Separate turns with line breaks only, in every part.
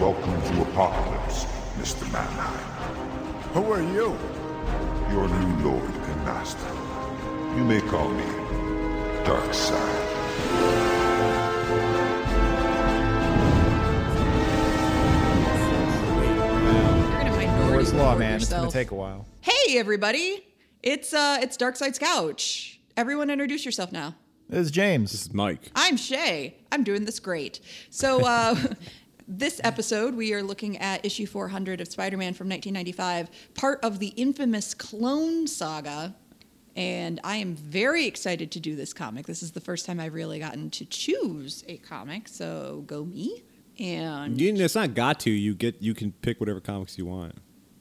Welcome to Apocalypse, Mr. Mannheim.
Who are you?
Your new lord and master. You may call me Darkseid.
Where's law, man? Yourself. It's gonna take a while.
Hey, everybody! It's uh, it's Dark Side's couch. Everyone, introduce yourself now.
This is James.
This is Mike.
I'm Shay. I'm doing this great. So. Uh, This episode, we are looking at issue 400 of Spider Man from 1995, part of the infamous Clone Saga. And I am very excited to do this comic. This is the first time I've really gotten to choose a comic, so go me. And
you, it's not got to. You get you can pick whatever comics you want.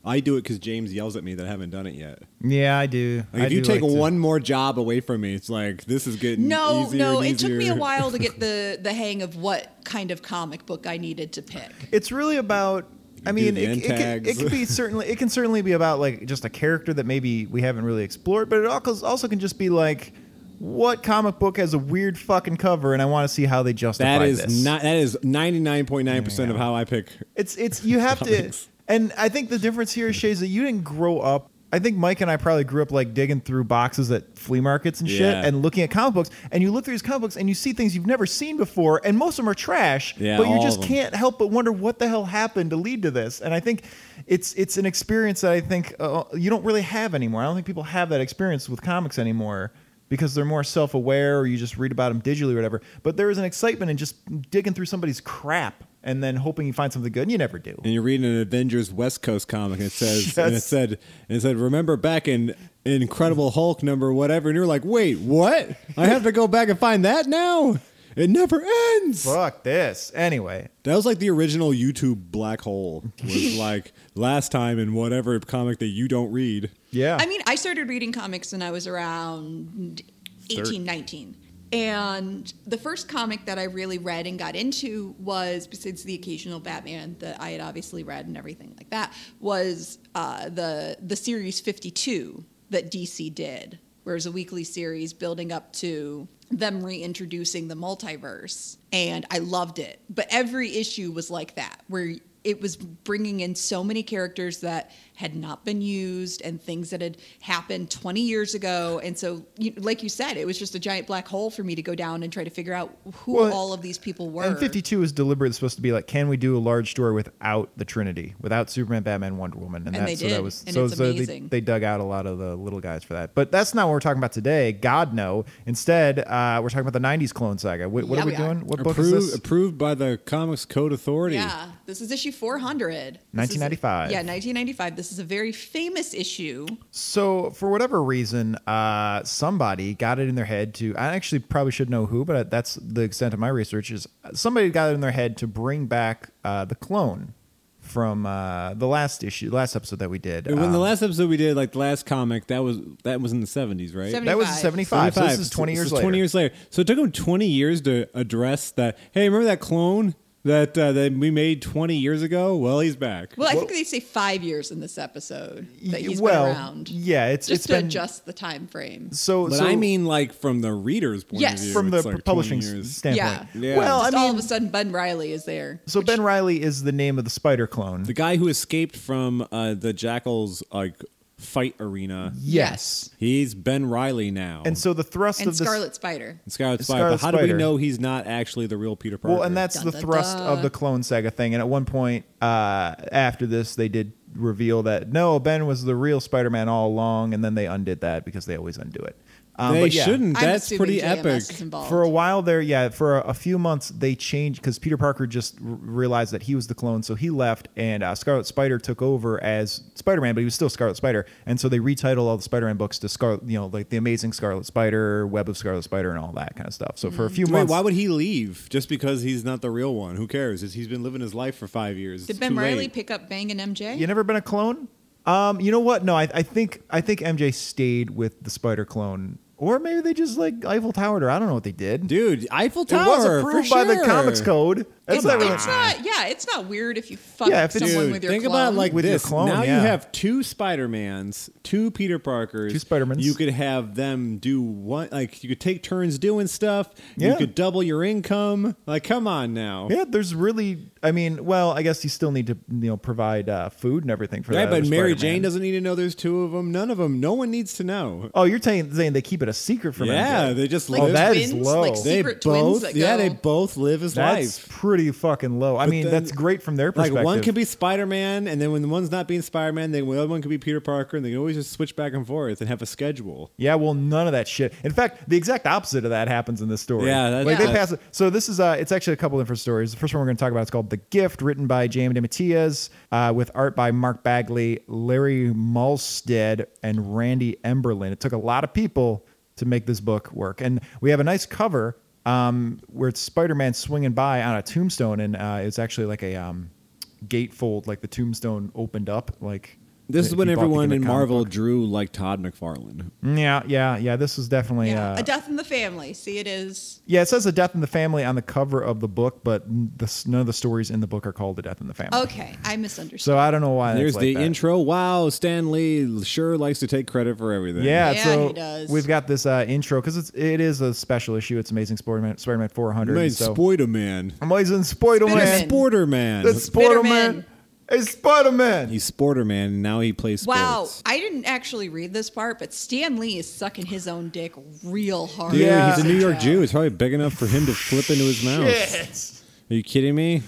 I do it because James yells at me that I haven't done it yet.
Yeah, I do.
Like,
I
if
do
you take
like
one to. more job away from me, it's like this is getting
no,
easier
no.
and
It took
easier.
me a while to get the the hang of what kind of comic book I needed to pick.
It's really about. I
do
mean,
the
it,
end
it, can,
tags.
it can be certainly it can certainly be about like just a character that maybe we haven't really explored, but it al- also can just be like, what comic book has a weird fucking cover, and I want to see how they justify
That is
this.
not. That is ninety nine point nine percent of
Yeah.
how I pick.
It's it's you have to,
Comics.
and I think the difference here is Shays that you didn't grow up. I think Mike and I probably grew up like digging through boxes at flea markets and shit,
Yeah.
and looking at comic books. And you look through these comic books and you see things you've never seen before, and most of them are trash.
Yeah,
but you
all
just
of 'em.
can't help but wonder what the hell happened to lead to this. And I think it's it's an experience that I think uh, you don't really have anymore. I don't think people have that experience with comics anymore because they're more self-aware or you just read about them digitally or whatever. But there is an excitement in just digging through somebody's crap and then hoping you find something good. And you never do.
And you're reading an Avengers West Coast comic, and it says, and it
Yes.
said, and it said, remember back in Incredible Hulk number whatever, and you're like, wait, what? I have to go back and find that now. It never ends.
Fuck this. Anyway,
That was like the original YouTube black hole. Was like last time in whatever comic that you don't read.
yeah.
I mean, I started reading comics when I was around 18, 19. And the first comic that I really read and got into was, besides the occasional Batman that I had obviously read and everything like that, was uh, the the series 52 that DC did, where it was a weekly series building up to them reintroducing the multiverse. And I loved it. But every issue was like that, where it was bringing in so many characters that had not been used and things that had happened 20 years ago and so you, like you said it was just a giant black hole for me to go down and try to figure out who
Well,
all of these people were
and 52 is deliberately supposed to be like, can we do a large story without the Trinity, without Superman, Batman, Wonder Woman, and,
And
that,
they
so that
did,
was
and
so,
it's
so they,
amazing.
they dug out a lot of the little guys for that. But that's not what we're talking about today. God no. Instead, uh, we're talking about the '90s Clone Saga. What, what
Yeah,
are we,
we are.
doing? What book is
Approved,
this?
approved by the Comics Code Authority.
yeah this is issue 400 This is-
1995.
yeah 1995 this is a very famous issue
So for whatever reason, uh, somebody got it in their head to. I actually probably should know who, but that's the extent of my research. Is somebody got it in their head to bring back uh, the clone from uh, the last issue, last episode that we did?
When the
Um,
last episode we did, like the last comic, that was that was in the seventies, right?
Seventy-
that was
75.
seventy-five. So this is twenty
So
years
it's
later.
Twenty years later. So it took them twenty years to address that. Hey, remember that clone that uh, that we made twenty years ago? Well, he's back.
well i think they say five years in this episode that
Y-
he's
well,
been around
yeah, it's-
just
it's
to
been-
adjust the time frame
So,
but
so
I mean, like from the reader's point
Yes.
of view,
from the
it's like 20
publishing
years.
standpoint.
Yeah.
Yeah.
Well, I
just all
mean,
of a sudden ben riley is there
so Ben Riley is the name of the spider clone.
the guy who escaped from uh, the Jackal's like fight arena.
yes.
He's Ben Riley now.
And so the thrust
and
of this.
scarlet spider
And Scarlet
And
Spider. but
Scarlet
how do
Spider.
we know he's not actually the real Peter Parker?
Well, and that's
Dun,
the
dun,
thrust
dun.
of the Clone Saga thing. And at one point uh, after this, they did reveal that no, Ben was the real Spider-Man all along, and then they undid that because they always undo it. Um,
they
but yeah,
shouldn't.
I'm
That's
assuming
pretty
JMS
epic.
is involved.
For a while there, yeah, for a, a few months they changed because Peter Parker just r- realized that he was the clone, so he left, and uh, Scarlet Spider took over as Spider-Man, but he was still Scarlet Spider, and so they retitled all the Spider-Man books to Scarlet, you know, like the Amazing Scarlet Spider, Web of Scarlet Spider, and all that kind of stuff. So for a few
Wait,
months,
why would he leave just because he's not the real one? Who cares? It's- He's been living his life for five years.
did
It's
ben
too
riley
late.
pick up bang and mj
You never been a clone? Um, you know what? No, I, I think I think MJ stayed with the Spider Clone, or maybe they just like Eiffel Towered her. I don't know what they did.
Dude, Eiffel Tower.
it was approved
for
by the
sure.
Comics Code. That's
it's,
not really-
it's not. Yeah, it's not weird if you fuck
Yeah, if it's-
someone
Dude,
with your
think
clone.
about it like
With your
this.
clone,
now
yeah.
you have two Spider Mans, two Peter Parkers,
Two Spider-Mans.
You could have them do one. Like you could take turns doing stuff. You
Yeah.
could double your income. Like, come on now.
Yeah, there's really. I mean, well, I guess you still need to you know provide uh, food and everything for
Right,
that.
but
other
Mary
Spider-Man.
Jane doesn't need to know there's two of them. None of them. No one needs to know.
Oh, you're saying, saying they keep it a secret from
yeah,
everybody.
they just
Like
live.
Oh, that is
twins,
low.
like
they
secret twins
both.
that go-
yeah, they both live as
that's
life.
pretty fucking low. I mean,
then-
that's great from their
Like
perspective.
one could be Spider Man, and then when the one's not being Spider Man, the other one could be Peter Parker, and they can always just switch back and forth and have a schedule.
Yeah, well, none of that shit. In fact, the exact opposite of that happens in this story.
Yeah, that's-
like they
Yeah.
pass it. So this is uh, it's actually a couple different stories. The first one we're going to talk about is called "The Gift," written by Jamie DeMattias, uh, with art by Mark Bagley, Larry Malstead, and Randy Emberlin. It took a lot of people to make this book work, and we have a nice cover um, where it's Spider-Man swinging by on a tombstone, and uh, it's actually like a um, gatefold, like the tombstone opened up, like. if
This is
you
when
bought the
everyone
gimmick
in
comic
Marvel
book.
drew like Todd McFarlane.
Yeah, yeah, yeah. This was definitely
yeah,
uh,
a death in the family. See, it is.
Yeah, it says a death in the family on the cover of the book, but the, none of the stories in the book are called a death in the family.
Okay, I misunderstood.
So I don't know why. that's
There's
like
the
that.
intro. Wow, Stan Lee sure likes to take credit for everything.
Yeah,
Yeah,
so
he does.
we've got this uh, intro because it's it is a special issue. It's Amazing Spider-Man, Spider-Man 400.
Man,
and so
Spoider Man.
Amazing Spider-Man.
Spider-Man.
Sporter Man.
That's Spider-Man.
Spider-Man.
It's Spider-Man.
He's Sporter Man, and now he plays sports.
Wow, I didn't actually read this part, but Stan Lee is sucking his own dick real hard.
Dude,
Yeah.
he's a New York Jew. It's probably big enough for him to flip into his mouth.
Yes.
Are you kidding me?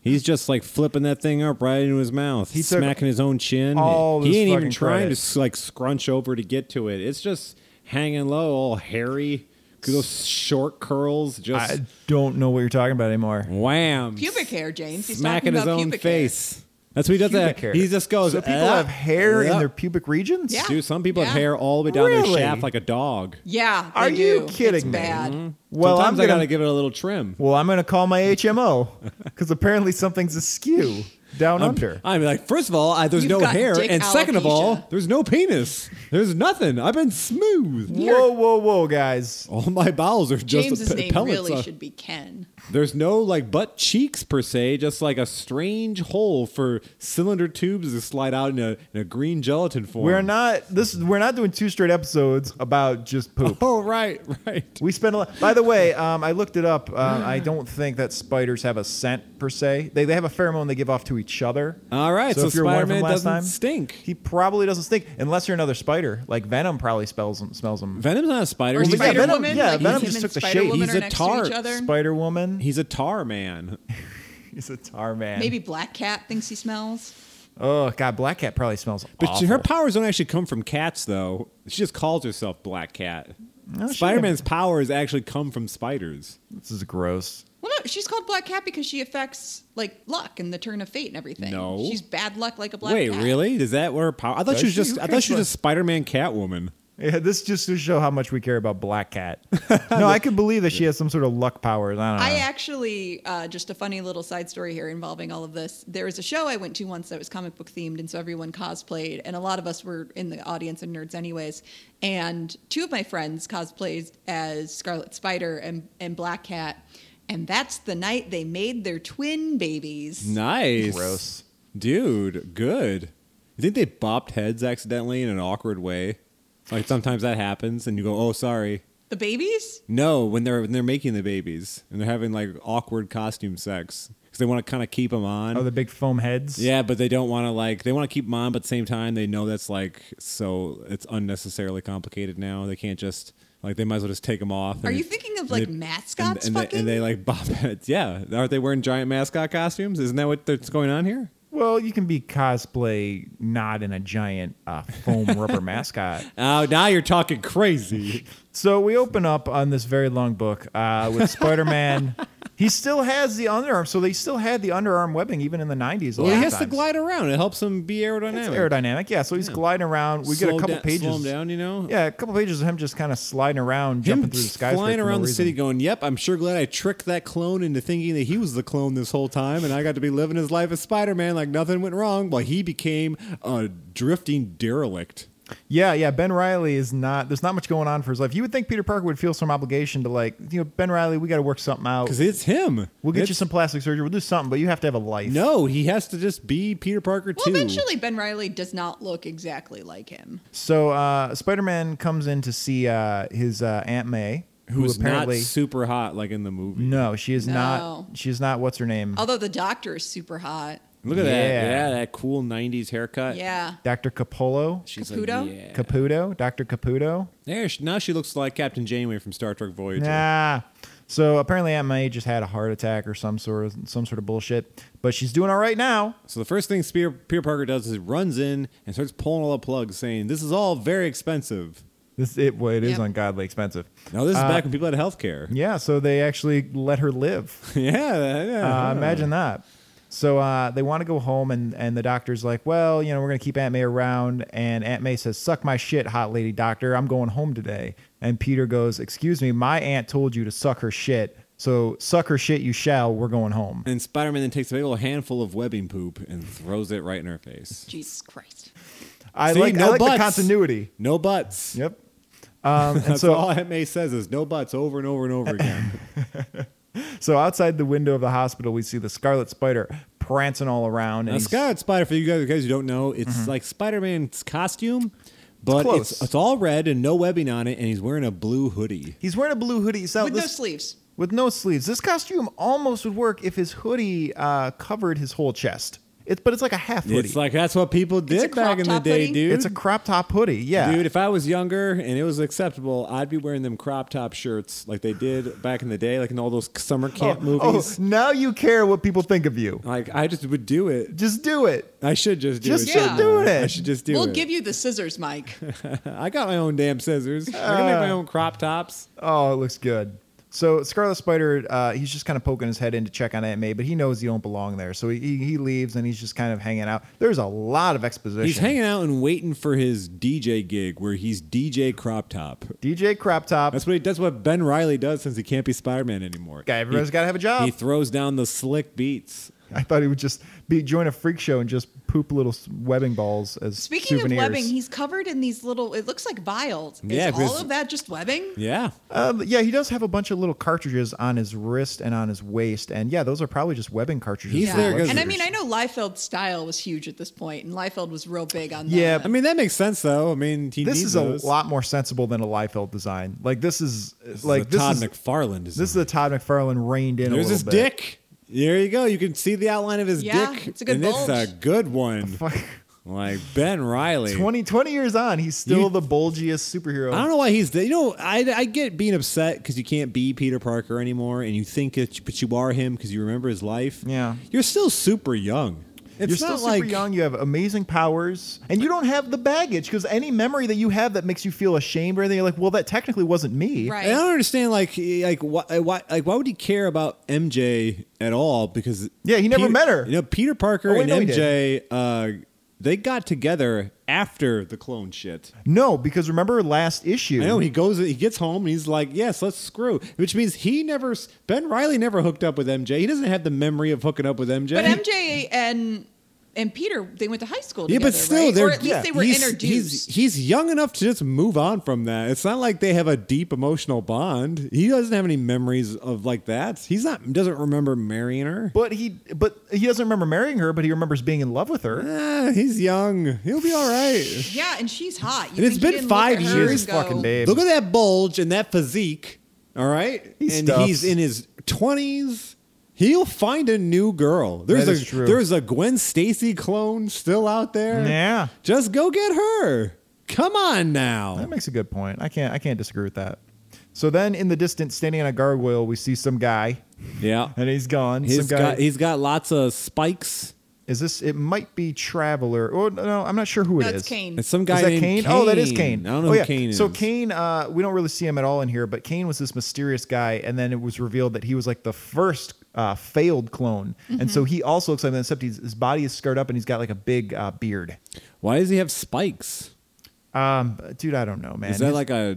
He's just like flipping that thing up right into his mouth.
He
He's
took
smacking his own chin.
all
he
this
ain't even
fucking
trying
credit.
to like scrunch over to get to it. It's just hanging low, all hairy. Those short curls, just
I don't know what you're talking about anymore.
wham.
Pubic hair, James. He's talking
smacking his
about
own
pubic
face. That's what he does.
Pubic
That
hair.
he just goes.
So people
"Ah,
have hair in
yeah."
their pubic regions.
Yeah.
Dude, some people have
Yeah.
hair all the way down their
Really?
shaft like a dog.
Hair. Yeah,
Are
they
you
do.
kidding
it's
me?
Bad.
Mm-hmm.
Well,
Sometimes
I'm
I
gonna
gotta give it a little trim.
well, I'm gonna call my HMO because apparently something's askew down under.
I'm like, first of all, I, there's
You've
no
got
hair,
dick
and second of all,
alopecia.
there's no penis. There's nothing. I've been smooth.
Whoa, whoa, whoa, guys!
All my bowels are just
James's
pe-
name
pellets.
really
Uh,
should be Ken.
There's no like butt cheeks per se, just like a strange hole for cylinder tubes to slide out in a, in a green gelatin form.
We're not this. We're not doing two straight episodes about just poop.
Oh right, right.
We spend a lot. By the way, um, I looked it up. Uh, I don't think that spiders have a scent per se. They, they have a pheromone they give off to each other.
All right, so
if you're one from
Spider-Man
last
doesn't stink.
He probably doesn't stink unless you're another spider. Like Venom probably spells him, smells him.
Venom's not a spider.
Or
He's,
Spider-
a,
Venom-
Spider-Woman.
yeah,
like
Venom
him
just
and
took the shape.
Spider-Woman
He's
are
a
next to
tart.
each other.
Spider Woman.
he's a tar man.
He's a tar man.
Maybe Black Cat thinks he smells.
Oh God, Black Cat probably smells.
But
awful.
her powers don't actually come from cats, though. She just calls herself Black Cat.
No, she-
Spider Man's powers actually come from spiders.
This is gross.
Well, no, she's called Black Cat because she affects like luck and the turn of fate and everything.
No.
she's bad luck like a black.
Wait,
cat.
really? Is that where her power? I thought
Does
she was
she?
just.
Who
I thought
cares
she was just Spider Man Catwoman.
Yeah, this just to show how much we care about Black Cat. no, I could believe that she has some sort of luck powers. I don't know.
I
Uh-huh.
actually, uh, just a funny little side story here involving all of this. There was a show I went to once that was comic book themed, and so everyone cosplayed, and a lot of us were in the audience and nerds, anyways. And two of my friends cosplayed as Scarlet Spider and, and Black Cat, and that's the night they made their twin babies.
Nice,
Gross.
dude. Good. You think they bopped heads accidentally in an awkward way? Like sometimes that happens, and you go, "Oh, sorry."
The babies?
No, when they're when they're making the babies and they're having like awkward costume sex because they want to kind of keep them on.
oh, the big foam heads.
Yeah, but they don't want to like they want to keep them on, but at the same time they know that's like so it's unnecessarily complicated now. They can't just like they might as well just take them off.
Are
and-
you thinking of
and
like
they-
mascots?
and, and
fucking.
They, and they like bob heads. Yeah, aren't they wearing giant mascot costumes? Isn't that what that's going on here?
Well, you can be cosplay not in a giant uh, foam rubber mascot.
Oh, now you're talking crazy.
So we open up on this very long book uh, with Spider Man. he still has the underarm, so they still had the underarm webbing even in the 90s. a
well,
lot
he
of
has to
times.
glide around. It helps him be
It's
aerodynamic.
aerodynamic, yeah. So he's gliding around. We get
Slow
a couple
down-
pages.
Slow him down, you know.
Yeah, a couple pages of him just kind of sliding around,
Him
jumping through the sky,
flying around the city, going, "Yep, I'm sure glad I tricked that clone into thinking that he was the clone this whole time, and I got to be living his life as Spider-Man like nothing went wrong." While he became a drifting derelict.
Yeah, yeah. Ben Riley is not. There's not much going on for his life. You would think Peter Parker would feel some obligation to like, you know, Ben Riley. We got to work something out.
because it's him.
We'll get you
It's-
some plastic surgery. We'll do something, but you have to have a life.
No, he has to just be Peter Parker
Well,
too.
eventually, Ben Riley does not look exactly like him.
So uh, Spider-Man comes in to see uh, his uh, Aunt May, who
who's
apparently
not super hot like in the movie.
no, she is
No. Oh.
not. She is not. What's her name?
Although the doctor is super hot.
Look at
Yeah.
that. Yeah, that cool 90s haircut.
Yeah.
Dr. Capullo.
She's
Caputo?
Like, yeah.
Caputo. Dr. Caputo.
There, she, now she looks like Captain Janeway from Star Trek Voyager.
Nah. So apparently Aunt May just had a heart attack or some sort of some sort of bullshit, but she's doing all right now.
So the first thing Spear, Peter Parker does is he runs in and starts pulling all the plugs, saying, "This is all very expensive."
This it well, it is
Yep.
ungodly expensive.
Now this is
Uh,
back when people had health care.
Yeah, so they actually let her live.
yeah, yeah.
Uh, imagine that. So uh, they want to go home, and, and the doctor's like, Well, you know, we're going to keep Aunt May around. And Aunt May says, Suck my shit, hot lady doctor. I'm going home today. And Peter goes, Excuse me, my aunt told you to suck her shit. So suck her shit, you shall. We're going home.
And Spider-Man then takes a big old handful of webbing poop and throws it right in her face.
Jesus Christ.
I
See,
like, I
no
like the
buts.
continuity.
No butts.
Yep. Um, and
That's
so,
all MA says is no butts over and over and over again.
so outside the window of the hospital, we see the Scarlet Spider prancing all around. And
now,
he's-
Scarlet Spider, for you guys, guys who don't know, it's like Spider-Man's costume, but
Mm-hmm. close.
it's, it's, all red and no webbing on it, and he's wearing a blue hoodie.
He's wearing a blue hoodie. So
With no
this,
sleeves.
with no sleeves. This costume almost would work if his hoodie uh, covered his whole chest. It's but it's like a half hoodie.
It's like that's what people
a
did
crop
back in the
top
day,
hoodie?
dude.
It's a crop top hoodie. Yeah,
Dude, if I was younger and it was acceptable, I'd be wearing them crop top shirts like they did back in the day, like in all those summer camp movies.
Oh, now you care what people think of you.
Like I just would do it.
Just do it.
I should just do
Just
it.
Yeah.
shouldn't
do
I?
it.
I should just do
we'll
it.
give you the scissors, Mike.
I got my own damn scissors. I can make
Ah.
my own crop tops.
Oh, it looks good. So Scarlet Spider, uh, he's just kind of poking his head in to check on Aunt May, but he knows he don't belong there, so he, he he leaves and he's just kind of hanging out. There's a lot of exposition.
He's hanging out and waiting for his DJ gig where he's DJ crop top.
DJ crop top.
That's what he does. What Ben Riley does since he can't be Spider Man anymore.
guy. Everybody's
He-
got to have a job.
He throws down the slick beats.
I thought he would just be join a freak show and just poop little s- webbing balls as
Speaking
souvenirs.
of webbing, he's covered in these little, it looks like vials. Is
Yeah,
all
because-
of that just webbing?
Yeah.
Um, yeah, he does have a bunch of little cartridges on his wrist and on his waist, and yeah, those are probably just webbing cartridges.
He's
for
there 'cause-
electricity.
And I mean, I know Liefeld's style was huge at this point, and Liefeld was real big on
Yeah,
that.
I mean, that makes sense, though. I mean, he
this
needs
is
those.
a lot more sensible than a Liefeld design. Like this is
This
like
is a
this
Todd
is
McFarlane design.
this is a Todd McFarlane reined in.
There's
a
his
little bit.
dick. There you go. You can see the outline of his
Yeah,
dick.
it's a good
and
bulge.
it's a good one.
Fuck.
Like Ben Riley.
20, 20 years on, he's still
You-
the bulgiest superhero.
I don't know why he's there. You know, I, I get being upset because you can't be Peter Parker anymore, and you think it, but you are him because you remember his life.
Yeah.
you're still super young. It's
You're still
not
super
like
young. You have amazing powers, and you don't have the baggage because any memory that you have that makes you feel ashamed or anything, you're like, well, that technically wasn't me.
Right.
And I don't understand, like, like why, why, like, why would he care about MJ at all? Because
Yeah, he never
Peter-
met her.
You know, Peter Parker
Oh, wait,
and
no, he
MJ, uh, they got together after the clone shit.
No, because remember last issue.
I know he goes, he gets home, and he's like, "Yes, let's screw," which means he never, Ben Riley never hooked up with MJ. He doesn't have the memory of hooking up with MJ.
But MJ and and Peter, they went to high school
Yeah,
together,
but still,
right?
they're
or at least
yeah,
they were
he's-
introduced.
He's, he's young enough to just move on from that. It's not like they have a deep emotional bond. He doesn't have any memories of like that. He's not doesn't remember marrying her.
But he, but he doesn't remember marrying her, but he remembers being in love with her.
Ah, he's young. He'll be all right.
yeah, and she's hot. You
And it's
think he
been
didn't
five
look at her
years.
and
She's
go,
fucking babe.
Look at that bulge and that physique. All right,
He
and
stuffs.
he's in his twenties. He'll find a new girl. There's
That
a
is true.
there's a Gwen Stacy clone still out there.
Yeah.
just go get her. Come on now.
That makes a good point. I can't, I can't disagree with that. So then, in the distance, standing on a gargoyle, we see some guy,
yeah,
and he's gone.
He's
some guy
got he's got lots of spikes.
is this? It might be Traveler. Oh no, I'm not sure who
No,
it
it's
is.
Kane.
And some
Is
guy
that
named
Kane? Oh, that is Kane.
I don't know
oh,
who
yeah.
Kane is.
So Kane, uh, we don't really see him at all in here, but Kane was this mysterious guy, and then it was revealed that he was like the first uh, failed clone, and so he also looks like that, except he's, his body is scarred up and he's got like a big uh, beard.
Why does he have spikes?
Um, dude, I don't know, man.
Is that
His-
like
his-
a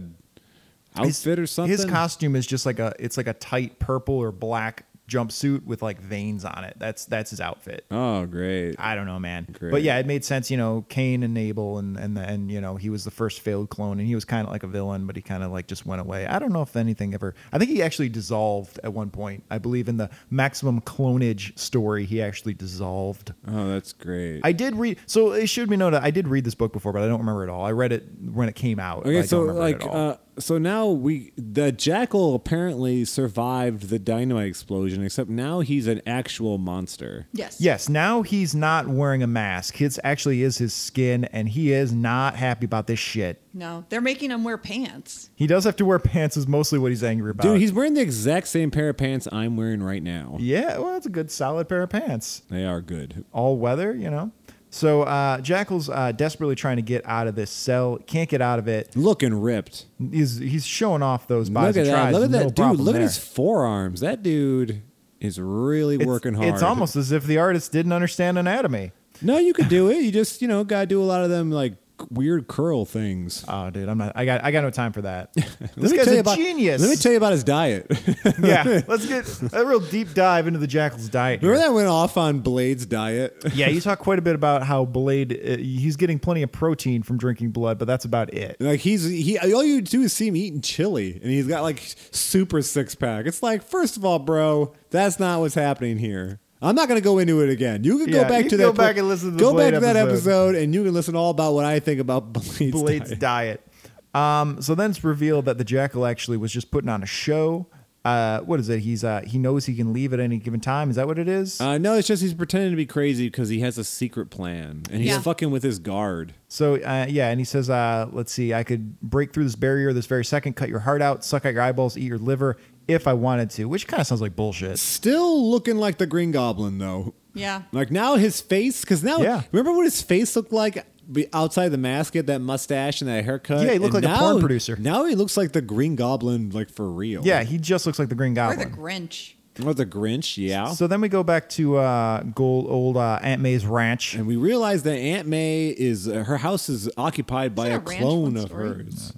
outfit or something?
His costume is just like a it's like a tight purple or black jumpsuit with like veins on it. That's that's his outfit.
Oh, great.
I don't know, man. But
Great.
yeah, it made sense. You know, Cain and Abel, and and and you know, he was the first failed clone, and he was kind of like a villain, but he kind of like just went away. I don't know if anything ever. I think he actually dissolved at one point. I believe in the maximum clonage story, he actually dissolved.
Oh, that's great.
I did read. So it should be noted, I did read this book before, but I don't remember it all. I read it when it came out. but I
Okay,
don't
so
remember it
like,
at all.
uh, so now we the jackal apparently survived the dynamite explosion, except now he's an actual monster.
Yes.
Yes, now he's not wearing a mask. It's actually is his skin, and he is not happy about this shit.
No, they're making him wear pants.
He does have to wear pants, is mostly what he's angry about.
Dude, he's wearing the exact same pair of pants I'm wearing right now.
Yeah, well, that's a good solid pair of pants.
They are good.
All weather, you know? So uh, Jackal's uh, desperately trying to get out of this cell, can't get out of it.
Looking ripped.
He's, he's showing off those
Look
bodies.
at
and
that.
tries.
Look at
No
that dude.
problem
Look
there.
at his forearms. That dude is really
It's-
working hard.
It's almost as if the artist didn't understand anatomy.
No, you could do it. You just, you know, gotta do a lot of them like weird curl things.
Oh, dude, I'm not. I got. I got no time for that.
Let
this
me
guy's
tell you
a
about-
genius.
Let me tell you about his diet.
yeah, let's get a real deep dive into the Jackal's diet. here.
Remember that went off on Blade's diet?
yeah, you talk quite a bit about how Blade uh, he's getting plenty of protein from drinking blood, but that's about it.
Like he's he all you do is see him eating chili and he's got like super six pack. It's like, first of all, bro, that's not what's happening here. I'm not gonna go into it again. You can
Yeah,
go back
you
to
can go
that
back and listen to the
go
Blade
back to that
episode.
episode and you can listen all about what I think about Blade's,
Blade's
diet.
diet. Um, so then it's revealed that the Jackal actually was just putting on a show. Uh, what is it? He's uh, he knows he can leave at any given time. Is that what it is?
Uh, no, it's just he's pretending to be crazy because he has a secret plan and he's
Yeah.
fucking with his guard.
So uh, yeah, and he says, uh, "Let's see, I could break through this barrier this very second, cut your heart out, suck out your eyeballs, eat your liver, if I wanted to." Which kind of sounds like bullshit.
Still looking like the Green Goblin though.
Yeah.
Like now his face, because now
Yeah.
remember what his face looked like be- outside the mask, he had that mustache and that haircut.
Yeah, he looked
And
like a
now-
porn producer.
Now he looks like the Green Goblin, like for real.
Yeah, he just looks like the Green
Or
Goblin.
the Grinch.
or the Grinch. Yeah,
So then we go back to uh, gold old uh, Aunt May's ranch.
and we realize that Aunt May is uh, her house is occupied by
that
a
a ranch
clone
one
of
story?
hers,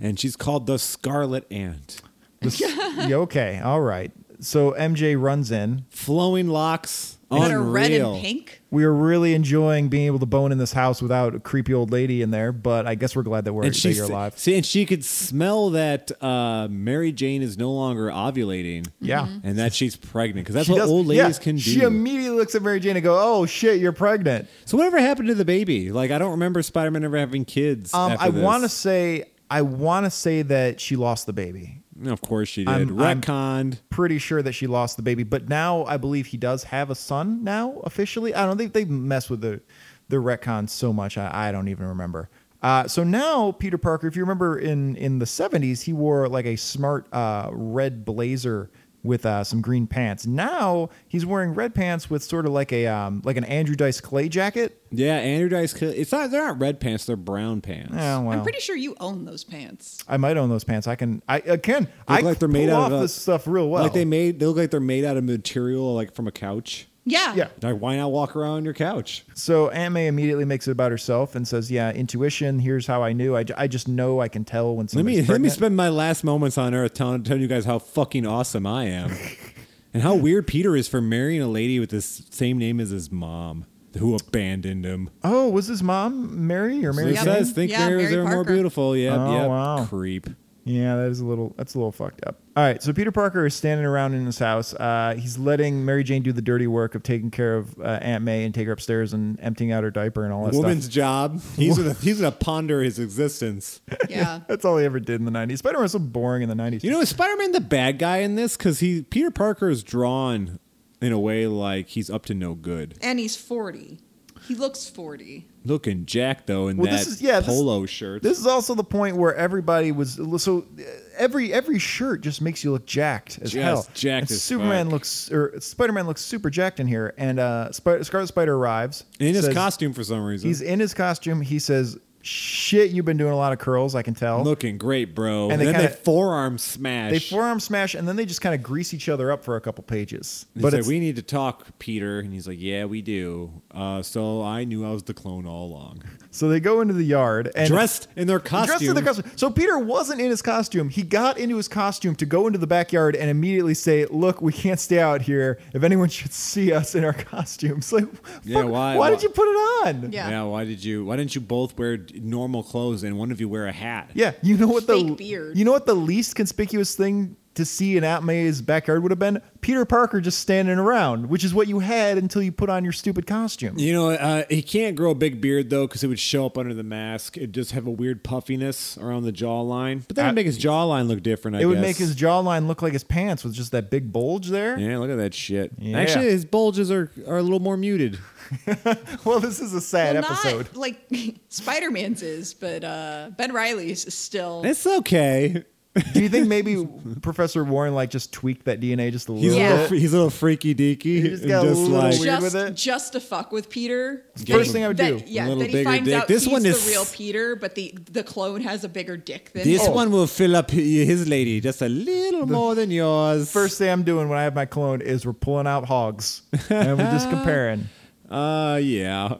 and she's called the Scarlet Ant.
Yeah, okay, all right. So MJ runs in.
Flowing locks,
That are
unreal.
red and pink.
We are really enjoying being able to bone in this house without a creepy old lady in there, but I guess we're glad that we're
And
that
she's
you're alive.
See, and she could smell that uh, Mary Jane is no longer ovulating.
Yeah.
and that she's pregnant because that's
She
what
does-
old ladies
yeah,
can do.
She immediately looks at Mary Jane and go, "Oh shit, you're pregnant."
so whatever happened to the baby? Like I don't remember Spider Man ever having kids.
Um,
after
I
this.
want to say, I want to say that she lost the baby.
Of course she did.
I'm- I'm-
Retconned.
Pretty sure that she lost the baby, but now I believe he does have a son now officially. I don't think they mess with the the retcon so much. I, I don't even remember. Uh, so now Peter Parker, if you remember in in the '70s, he wore like a smart uh, red blazer with uh, some green pants. Now he's wearing red pants with sort of like a um, like an Andrew Dice Clay jacket.
yeah, Andrew Dice. Clay- It's not. They're not red pants. They're brown pants.
Oh, well.
I'm pretty sure you own those pants.
I might own those pants. I can. I again.
They
I
look like they're made
pull
out
off
of a-
this stuff real well.
Like they made. They look like they're made out of material like from a couch.
Yeah.
Yeah.
Like why not walk around on your couch?
So Aunt May immediately makes it about herself and says, "Yeah, intuition. Here's how I knew. I, ju- I just know I can tell when
Let
somebody's
me let me
pregnant."
spend my last moments on Earth telling, telling you guys how fucking awesome I am, and how weird Peter is for marrying a lady with the s- same name as his mom, who abandoned him.
oh, was his mom Mary or Mary?
It
Yeah.
Jane?
says think
Yeah,
Mary
Mary
was more
Parker.
beautiful. Yep,
Oh,
yep.
wow.
Creep.
Yeah, that is a little. That's a little fucked up. All right. So Peter Parker is standing around in his house. Uh, he's letting Mary Jane do the dirty work of taking care of uh, Aunt May and take her upstairs and emptying out her diaper and all that
Woman's
stuff.
job. He's gonna he's gonna ponder his existence.
Yeah.
That's all he ever did in the '90s. Spider-Man was so boring in the '90s.
You know, is Spider Man the bad guy in this? Because he Peter Parker is drawn in a way like he's up to no good.
and he's 40. He looks 40.
Looking Jack though in
Well,
that
this is- yeah, this-
polo shirt.
This is also the point where everybody was so uh, every every shirt just makes you look jacked as
Just
hell.
jacked
And
as
Superman
fuck.
looks or Spider Man looks super jacked in here, and uh, Sp- Scarlet Spider arrives
in his
says-
costume for some reason.
He's in his costume. He says, shit, you've been doing a lot of curls. I can tell.
Looking great, bro.
And
And,
they
then
kinda-
they forearm smash.
they forearm smash and then they just kind of grease each other up for a couple pages.
He's
but
like,
it's,
we need to talk, Peter. And he's like, yeah, we do. Uh, so I knew I was the clone all along.
so they go into the yard and
Dressed in their costume.
Dressed in the costume. So Peter wasn't in his costume. He got into his costume to go into the backyard and immediately say, "Look, we can't stay out here. If anyone should see us in our costumes, like,
Yeah,
fuck,
why-
Why did
why-
you put it on?
Yeah.
Yeah. why did you? Why didn't you both wear d- normal clothes and one of you wear a hat?
Yeah, you know what the
Fake beard.
you know what the least conspicuous thing to see in Aunt May's backyard would have been Peter Parker just standing around, which is what you had until you put on your stupid costume.
You know, uh, he can't grow a big beard though, because it would show up under the mask. It'd just have a weird puffiness around the jawline. But that
I-
would make his jawline look different. I
it would
guess.
make his jawline look like his pants with just that big bulge there.
Yeah, look at that shit.
Yeah.
Actually, his bulges are, are a little more muted.
Well, this is a sad
well,
episode.
Not like Spider Man's is, but uh, Ben Riley's is still.
It's okay.
Do you think maybe Professor Warren like just tweaked that DNA just a
He's
little
a
Yeah.
little
bit?
fr- he's a little freaky deaky.
He just got a little weird
just,
with it?
just to fuck with Peter.
Get
First
him.
thing I would
That,
do.
yeah,
Little
that he
bigger
finds
dick.
out
This
he's
one is-
the real Peter, but the, the clone has a bigger dick than
this
Oh.
him.
one will fill up hi- his lady just a little more than yours.
First thing I'm doing when I have my clone is we're pulling out hogs and we're just comparing.
uh, yeah.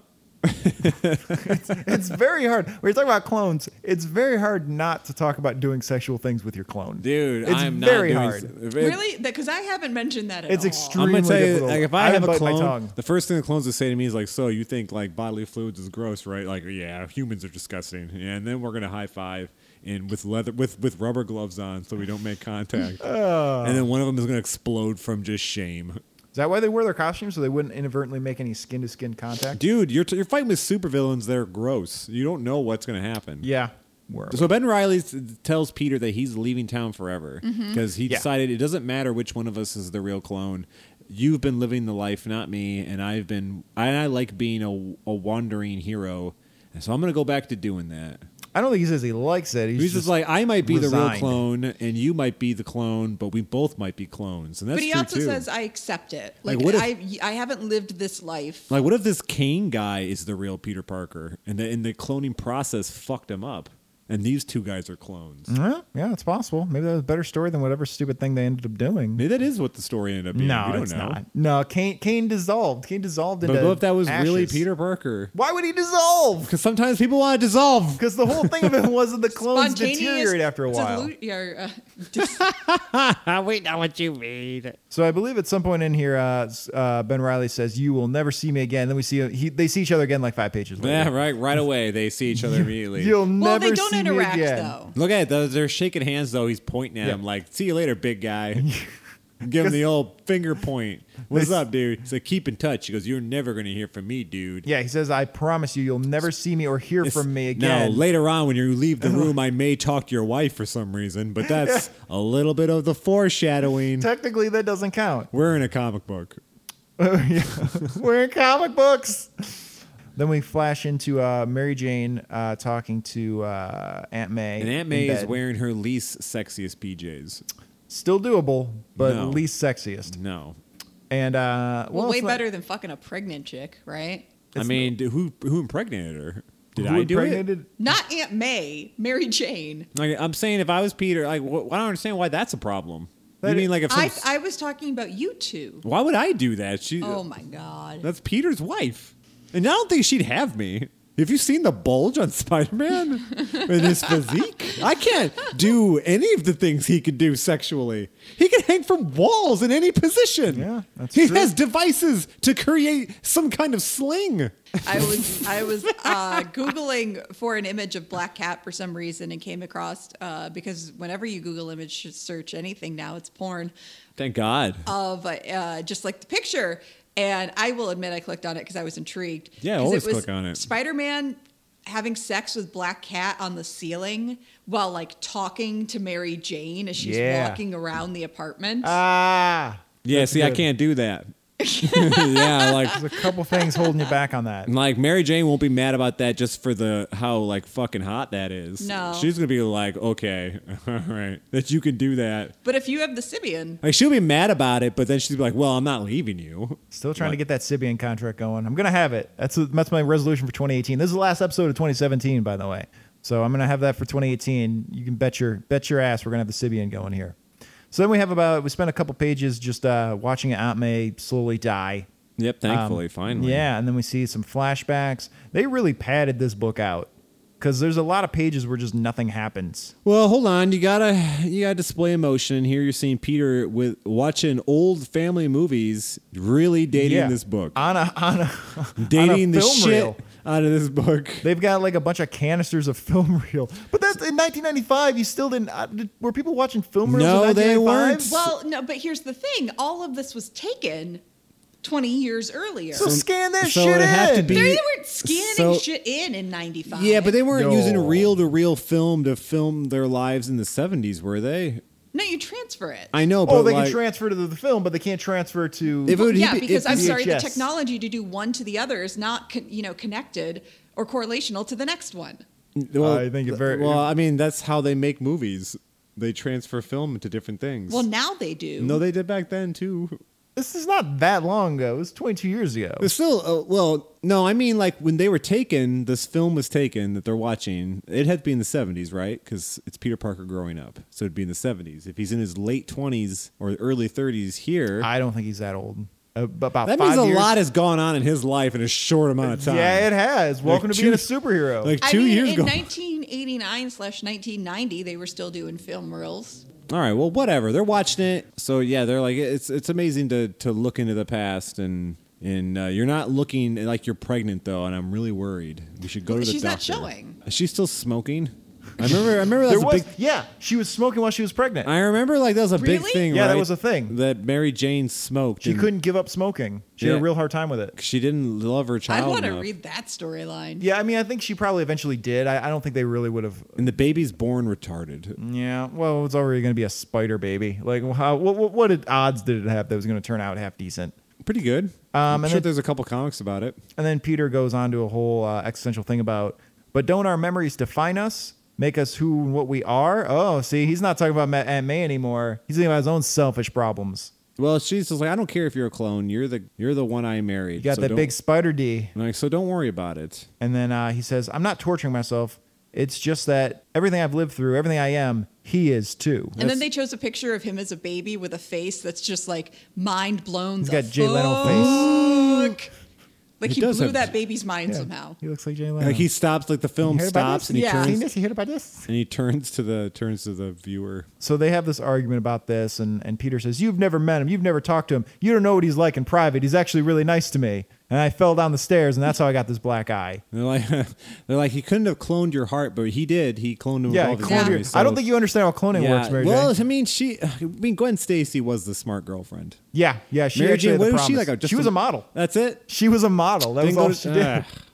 It's very hard. When you're talking about clones, it's very hard not to talk about doing sexual things with your clone.
Dude,
it's
I'm
very
not
hard.
doing s- it-
Really? Because I haven't mentioned that at
It's
all.
extreme.
I'm gonna tell you,
difficult.
like, if I, have a
bite my
clone,
tongue.
the first thing the clones would say to me is like, "So you think like bodily fluids is gross, right? Like, yeah, humans are disgusting." Yeah, and then we're gonna high five and with leather with with rubber gloves on so we don't make contact.
Ah.
and then one of them is gonna explode from just shame.
Is that why they wear their costumes so they wouldn't inadvertently make any skin to skin contact?
Dude, you're t- you're fighting with supervillains that are gross. You don't know what's gonna happen.
yeah. Where
So Ben Riley s- tells Peter that he's leaving town forever
Mm-hmm.
because he
Yeah.
decided it doesn't matter which one of us is the real clone. You've been living the life, not me, and I've been. I, I like being a, a wandering hero, and so I'm gonna go back to doing that.
I don't think he says he likes it. He's,
He's, just, like, I might be the real
resigned.
clone, and you might be the clone, but we both might be clones, and that's
but he
true
also
too.
says, I accept it.
Like,
Like,
what if-
I, I haven't lived this life.
like, what if this Kane guy is the real Peter Parker, and the, and the cloning process fucked him up, and these two guys are clones?
Well, yeah, it's possible. Maybe that was a better story than whatever stupid thing they ended up doing.
Maybe that is what the story ended up being.
No,
we don't
it's
know.
not. No, Kane Kane dissolved. Kane dissolved into.
But what if that was really
ashes.
Peter Parker?
Why would he dissolve?
Because sometimes people want to dissolve.
Because the whole thing of it was that the clones
Spontaneous
deteriorate after a while.
delu- yeah, uh, dis-
we know what you mean.
So I believe at some point in here, uh, s- uh, Ben Riley says, "You will never see me again." Then we see uh, he, they see each other again like five pages
Yeah,
later.
right. Right away, they see each other immediately.
You'll
well,
never
they don't
see
interact,
me again.
though.
Look at it. Though. They're shaking hands, though. He's pointing at
Yeah.
him like, see you later, big guy. Give him the old finger point. What's
They s-
up, dude? He's like, keep in touch. He goes, you're never going to hear from me, dude.
Yeah, he says, "I promise you, you'll never see me or hear
It's-
from me again."
Now, later on, when you leave the room, I may talk to your wife for some reason, but that's a little bit of the foreshadowing.
Technically, that doesn't count.
We're in a comic book.
We're in comic books. Then we flash into uh, Mary Jane uh, talking to uh, Aunt May.
And Aunt
in
May is
bed.
wearing her least sexiest PJs.
still doable, but
No.
least sexiest.
No.
And uh,
Well,
well,
way
it's not-
better than fucking a pregnant chick, right?
I mean, d- who who impregnated her? Did
Who
I do it?
impregnated-
Not Aunt May, Mary Jane.
Like, I'm saying, if I was Peter, like, wh- I don't understand why that's a problem.
That
I mean,
is-
like, if some,
I, I was talking about you two.
why would I do that? She,
Oh my god.
that's Peter's wife, and I don't think she'd have me. Have you seen the bulge on Spider-Man and his physique? I can't do any of the things he could do sexually. He can hang from walls in any position.
Yeah, that's
he
true.
has devices to create some kind of sling.
I was I was uh, googling for an image of black cat for some reason and came across uh, because whenever you Google image search anything now it's porn
Thank God.
of uh, uh, just like the picture. And I will admit I clicked on it because I was intrigued.
Yeah,
'Cause
always
was
click on it.
Spider-Man having sex with Black Cat on the ceiling while like talking to Mary Jane as she's
Yeah.
walking around the apartment.
Ah.
yeah,
That's
see, I
good.
can't do that. yeah, like
There's a couple things holding you back on that.
like Mary Jane won't be mad about that just for the how like fucking hot that is.
No.
she's gonna be like, okay, all right, that you can do that.
But if you have the Sibian,
Like she'll be mad about it, but then she'll be like, well, I'm not leaving you.
Still trying to get that Sibian contract going. I'm gonna have it. That's that's my resolution for 2018. This is the last episode of 2017, by the way. So I'm gonna have that for 2018. You can bet your bet your ass we're gonna have the Sibian going here. So then we have about we spent a couple pages just uh, watching Aunt May slowly die.
Yep,
Um,
thankfully, finally.
Yeah, and then we see some flashbacks. They really padded this book out because there's a lot of pages where just nothing happens.
Well, hold on. You gotta you gotta display emotion. And here you're seeing Peter with watching old family movies, really dating
Yeah.
this book,
On a on a
dating the
film
shit
reel.
out of this book.
They've got like a bunch of canisters of film reel. But that's in 1995. You still didn't. Uh, did, were people watching film reels?
No,
in
they
1995?
weren't.
well, no, but here's the thing all of this was taken 20 years earlier.
So scan that
so
shit
it'd
in.
have to be-
they weren't scanning
So-
shit in in 95.
Yeah, but they weren't
No.
using reel to reel film to film their lives in the '70s, were they?
No, you transfer it.
I know, but
oh, they
like,
can transfer to the film, but they can't transfer to.
If it would-
yeah,
he be-
because
if
I'm sorry, the
VHS.
technology to do one to the other is not, con- you know, connected or correlational to the next one.
well,
I think it very-
well. I mean, that's how they make movies. They transfer film to different things.
Well, now they do.
no, they did back then too.
this is not that long ago. It was 22 years ago.
But still, uh, well, no, I mean, like when they were taken, this film was taken that they're watching. It had to be in the '70s, right? Because it's Peter Parker growing up, so it'd be in the '70s. If he's in his late 20s or early 30s here,
I don't think he's that old. Uh, b- about
that
five
means a
years.
lot has gone on in his life in a short amount of time.
Yeah, it has. Welcome
Like
to being a
two-
superhero.
like
I
two
mean,
years
in
ago.
1989 slash 1990, they were still doing film reels.
All right, well, whatever. They're watching it, so yeah, they're like, it's it's amazing to to look into the past and. And uh, you're not looking like you're pregnant though, and I'm really worried. We should go to the
She's not
doctor.
showing.
She's still smoking. I remember. I remember that
there
was,
was.
a big.
yeah, she was smoking while she was pregnant.
I remember like that was a big
Really?
thing.
Yeah, that
right?
was a thing.
That Mary Jane smoked.
she
and
couldn't give up smoking. She had
Yeah.
a real hard time with it.
She didn't love her
I
child.
want to
enough.
read that storyline.
Yeah, I mean, I think she probably eventually did. I, I don't think they really would have
And the baby's born retarded.
Yeah, well, it's already going to be a spider baby. Like, how, what, what, what odds did it have that it was going to turn out half decent?
Pretty good.
Um,
I'm
and
sure
then-
there's a couple comics about it.
And then Peter goes on to a whole uh, existential thing about, but don't our memories define us, make us who and what we are? Oh, see, he's not talking about Ma- Aunt May anymore. He's thinking about his own selfish problems.
Well, she's just like, I don't care if you're a clone. You're the you're the one I married.
You got
so
that
don't-
big spider D.
I'm Like, so don't worry about it.
And then uh, he says, I'm not torturing myself. It's just that everything I've lived through, everything I am, he is too.
And then they chose a picture of him as a baby with a face that's just like mind blown.
He's
the
got Jay Leno face.
fuck. Like
He
he,
does
blew
have-
that baby's mind somehow.
He looks like Jay Leno.
Like he stops, like the film
Uh-huh. heard about
stops,
this?
and he
Yeah.
turns
Seen
this? You heard about this?
and he turns to the turns to the viewer.
So they have this argument about this, and, and Peter says, You've never met him. You've never talked to him. You don't know what he's like in private. He's actually really nice to me. And I fell down the stairs, and that's how I got this black eye.
And they're like, they're like, he couldn't have cloned your heart, but he did. He cloned him.
Yeah,
with all
clone
his
your-
memories,
I don't
so-
think you understand how cloning works, Mary
well,
Jane.
I mean, she. I mean, Gwen Stacy was the smart girlfriend.
Yeah, yeah. She
Mary
actually
Jane,
had the
what was she
promise.
like? A, just
she was a, model.
That's it.
She was a model. That was
Didn't
all
go to- Ah,
she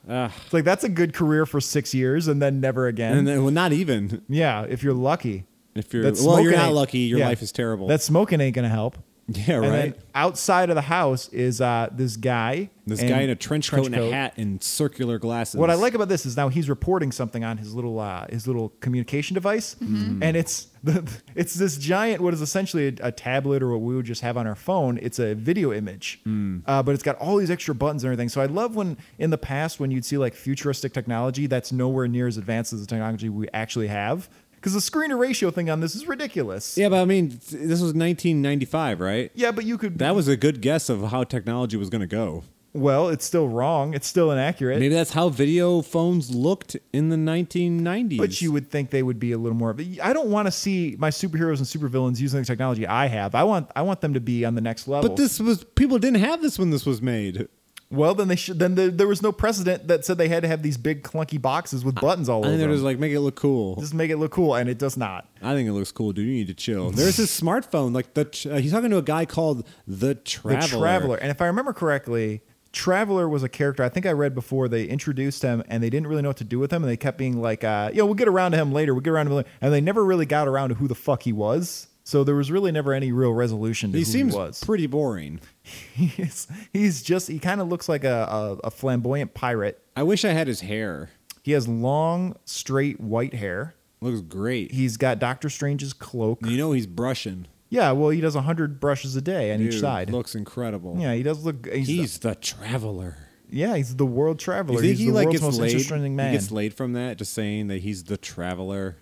did.
Ugh.
It's like, that's a good career for six years and then never again.
And then, well, not even
yeah, if you're lucky.
if you're.
That
well, you're
smoking
not
ain't-
lucky. Your
yeah.
life is terrible.
That smoking ain't going to help.
yeah,
And then
right.
outside of the house is uh, this guy.
This
and-
guy in a trench coat
trench
and a hat and circular glasses.
What I like about this is now he's reporting something on his little uh, his little communication device,
Mm-hmm.
and it's the, it's this giant what is essentially a, a tablet or what we would just have on our phone. It's a video image,
Mm.
uh, but it's got all these extra buttons and everything. So I love when in the past when you'd see like futuristic technology that's nowhere near as advanced as the technology we actually have, because the screen to ratio thing on this is ridiculous.
Yeah, but I mean, th- this was 1995, right?
Yeah, but you could.
That was a good guess of how technology was going to go.
well, it's still wrong. It's still inaccurate.
Maybe that's how video phones looked in the 1990s.
But you would think they would be a little more. I don't want to see my superheroes and supervillains using the technology I have. I want I want them to be on the next level.
But this was people didn't have this when this was made.
well, then they should. Then there there was no precedent that said they had to have these big clunky boxes with buttons all
I
over.
think they're
them.
just like make it look cool.
just make it look cool, and it does not.
I think it looks cool, dude. You need to chill. There's this smartphone, like the tr- uh, he's talking to a guy called the Traveler.
The Traveler, and if I remember correctly, Traveler was a character I think I read before they introduced him, and they didn't really know what to do with him, and they kept being like, uh, "Yeah, we'll get around to him later. We'll get around to him," later. and they never really got around to who the fuck he was. So there was really never any real resolution to
He
who
seems
he was.
pretty boring.
he's, he's just he kind of looks like a, a, a flamboyant pirate.
I wish I had his hair.
He has long, straight white hair.
Looks great.
He's got Doctor Strange's cloak.
you know he's brushing.
Yeah, well, he does hundred brushes a day on each
Dude,
side.
Looks incredible.
yeah, he does look. He's,
he's the traveler.
yeah, he's the world
You
traveler.
think
He's
he
the
like
world's
gets
most
laid?
interesting man.
He gets laid from that, just saying that he's the traveler.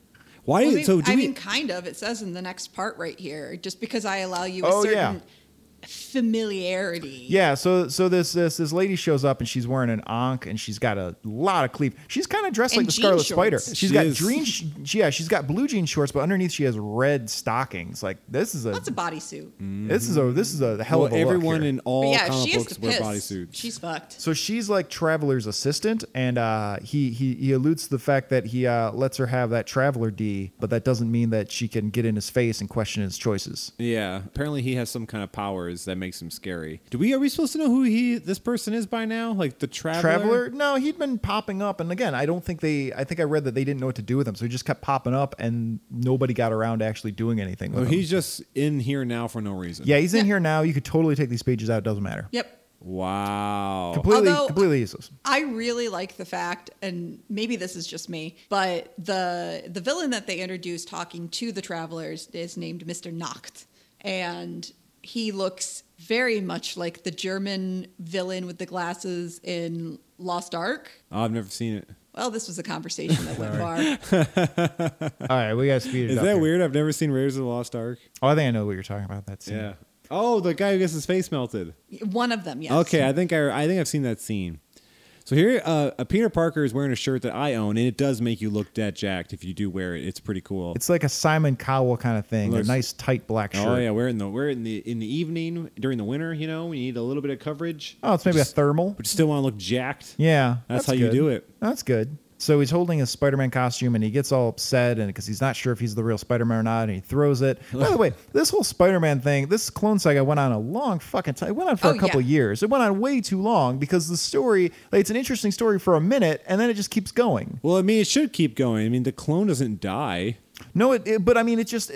Why?
Well, I
is
mean,
so do
I
we,
mean, kind of. It says in the next part right here. Just because I allow you a
Oh, yeah.
certain familiarity.
Yeah, so so this this this lady shows up and she's wearing an ankh and she's got a lot of cleave. She's kind of dressed
And
like the
jean
Scarlet
shorts.
Spider.
She
she's got
is.
green, sh- yeah, she's got blue jean shorts, but underneath she has red stockings. Like this is a,
That's a bodysuit.
this is a this is a hell
well,
of a
everyone
look here.
in
But
all
yeah, if
comic
she has
books
to
wear
piss.
bodysuits.
She's fucked.
So she's like Traveler's assistant, and uh, he, he he alludes to the fact that he uh, lets her have that Traveler D, but that doesn't mean that she can get in his face and question his choices.
Yeah, apparently he has some kind of powers that makes him scary. Do we are we supposed to know who he this person is by now? Like the traveler?
Traveler? No, he'd been popping up, and again, I don't think they. I think I read that they didn't know what to do with him, so he just kept popping up, and nobody got around to actually doing anything with
Oh,
him.
he's just in here now for no reason.
yeah, he's in
Yeah.
here now. You could totally take these pages out; it doesn't matter.
Yep.
Wow.
Completely,
Although-
completely useless.
I really like the fact, and maybe this is just me, but the the villain that they introduced talking to the travelers is named Mr. Nacht, and he looks very much like the German villain with the glasses in Lost Ark.
Oh, I've never seen it.
Well, this was a conversation that went far.
All right, we gotta speed it
Is
up.
that
here.
weird? I've never seen Raiders of the Lost Ark.
Oh, I think I know what you're talking about. That scene.
Yeah. Oh, the guy who gets his face melted.
One of them, yes.
Okay, I think I, I think I've seen that scene. So here, uh, uh, Peter Parker is wearing a shirt that I own, and it does make you look dead jacked if you do wear it. It's pretty cool.
It's like a Simon Cowell kind of thing.
Looks-
a nice tight black shirt.
Oh yeah, wear it in the wear it in the in the evening during the winter. You know, we need a little bit of coverage.
Oh, it's maybe a
Just-
thermal.
But you still want to look jacked.
Yeah,
That's how you
good.
do it.
That's good. So he's holding his Spider-Man costume, and he gets all upset, and because he's not sure if he's the real Spider-Man or not, and he throws it. By the way, this whole Spider-Man thing, this clone saga went on a long fucking time. It went on for
Oh,
a couple
yeah.
years. It went on way too long because the story, like, it's an interesting story for a minute, and then it just keeps going.
Well, I mean, it should keep going. I mean, the clone doesn't die.
No, it, it- but I mean, it just. uh,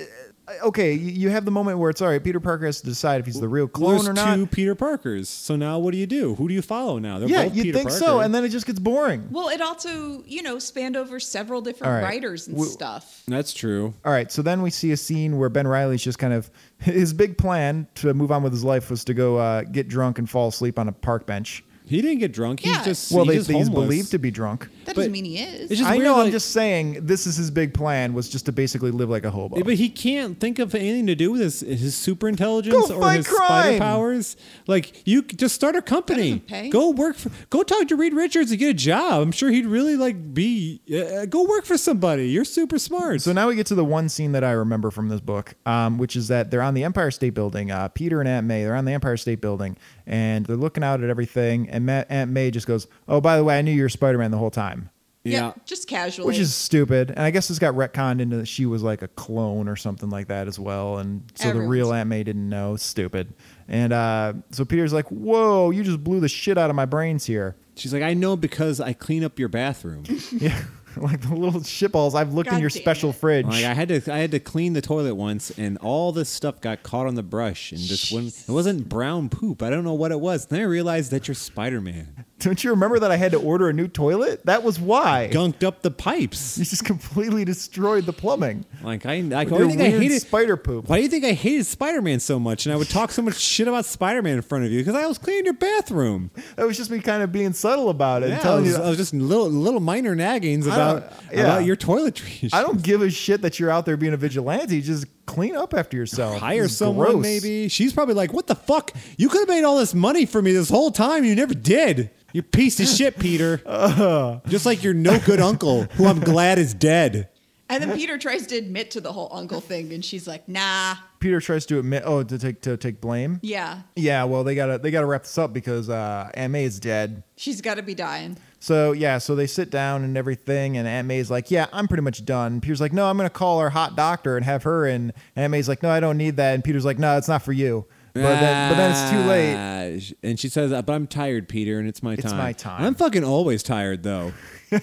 okay, you you have the moment where it's all right. Peter Parker has to decide if he's the real clone
There's
or not.
two Peter Parkers. So now, what do you do? Who do you follow now? They're
yeah,
both
you'd
Peter
think
Parker.
so, and then it just gets boring.
Well, it also, you know, spanned over several different
All right.
writers and
We-
stuff.
that's true.
All right, so then we see a scene where Ben Riley's just kind of his big plan to move on with his life was to go uh, get drunk and fall asleep on a park bench.
He didn't get drunk. He's
Yeah.
just
Well,
he's
they,
just
he's
homeless.
believed to be drunk.
That
But
doesn't mean he is.
it's just-
I
weird,
know. I'm
like-
just saying this is his big plan was just to basically live like a hobo.
Yeah, But he can't think of anything to do with his his super intelligence
Go
or
fight
his
crime.
spider powers. Like you could just start a company.
doesn't pay.
Go work for. Go talk to Reed Richards and get a job. I'm sure he'd really like be. Uh, go work for somebody. You're super smart.
So now we get to the one scene that I remember from this book, um, which is that they're on the Empire State Building. Uh, Peter and Aunt May, they're on the Empire State Building, and they're looking out at everything. And Ma- Aunt May just goes, "Oh, by the way, I knew you were Spider-Man the whole time."
yeah.
just casually.
which is stupid. And I guess this got retconned into that she was like a clone or something like that as well. And so the
Everyone's-
real Aunt May didn't know. Stupid. And uh, so Peter's like, "Whoa, you just blew the shit out of my brains here."
She's like, I know because I clean up your bathroom.
Yeah, like the little shitballs I've looked in
God
your
damn
special
it.
fridge.
like I had to, I had to clean the toilet once, and all this stuff got caught on the brush, and just wouldn't it wasn't brown poop. I don't know what it was. Then I realized that you're Spider Man.
Don't you remember that I had to order a new toilet? That was why.
Gunked up the pipes.
you just completely destroyed the plumbing.
Like I, I, I
With your
think I
weird
hated
spider poop.
Why do you think I hated Spider Man so much and I would talk so much shit about Spider Man in front of you? Because I was cleaning your bathroom.
That was just me kind of being subtle about it, and
Yeah, I,
telling
was,
you.
I was just little little minor naggings
don't-
about
yeah.
about your toiletries.
I don't give a shit that you're out there being a vigilante. Just clean up after yourself.
hire
This is
someone
gross.
maybe. She's probably like, "What the fuck? You could have made all this money for me this whole time. You never did. You piece of shit, Peter.
Uh.
Just like your no good uncle, who I'm glad is dead."
and then Peter tries to admit to the whole uncle thing, and she's like, nah,
Peter tries to admit, oh, to take to take blame.
yeah,
Yeah, well, they gotta they gotta wrap this up because uh, Aunt May is dead.
she's got to be dying.
So yeah, so they sit down and everything, and Aunt May's like, "Yeah, I'm pretty much done." Peter's like, "No, I'm gonna call our hot doctor and have her." And Aunt May's like, "No, I don't need that." And Peter's like, "No, it's not for you." But then, but then it's too late.
yeah, Ah, sh- and she says, "But I'm tired, Peter, and it's my
It's
time."
my time.
I'm fucking always tired though.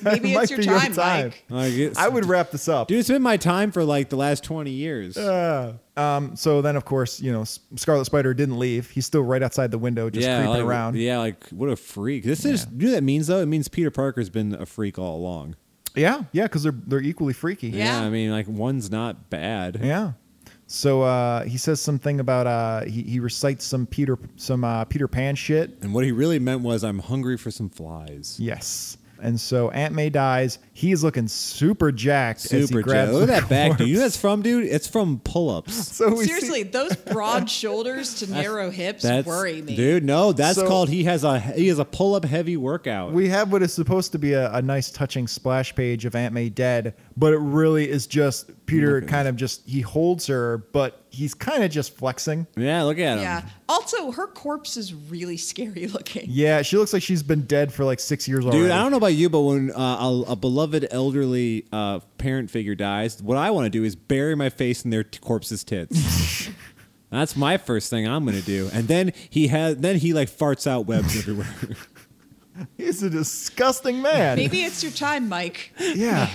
Maybe
Might
it's your
be
time,
your time.
Mike.
Like, it's-
I would wrap this up.
dude. It's been my time for like the last twenty years.
Uh,
Um, so then, of course, you know, S- Scarlet Spider didn't leave. He's still right outside the window, just
yeah,
creeping
like,
around.
Yeah, like what a freak. This is you know what that means though. It means Peter Parker's been a freak all along.
Yeah, yeah, because they're they're equally freaky.
Yeah.
I mean, like one's not bad.
Yeah. So uh, he says something about uh, he, he recites some Peter some uh, Peter Pan shit.
And what he really meant was, I'm hungry for some flies.
Yes. And so Aunt May dies. He's looking super jacked. as he
Super
grabs
jacked. Look at
the
that back, dude.
corpse.
You know that's from, dude? It's from pull-ups.
So we see-
Seriously, those broad shoulders to narrow hips
That's
worry me.
dude. No, that's
So-
called he has a he has a pull-up heavy workout.
we have what is supposed to be a, a nice touching splash page of Aunt May dead, but it really is just Peter kind of just he holds her, but he's kind of just flexing.
yeah, look at him.
Yeah. Also, her corpse is really scary looking.
Yeah, she looks like she's been dead for like six years already.
Dude, I don't know about you, but when uh, a, a beloved elderly uh, parent figure dies, what I want to do is bury my face in their t- corpse's tits. That's my first thing I'm gonna do, and then he has, then he like farts out webs everywhere.
He's a disgusting man.
Maybe it's your time, Mike.
Yeah.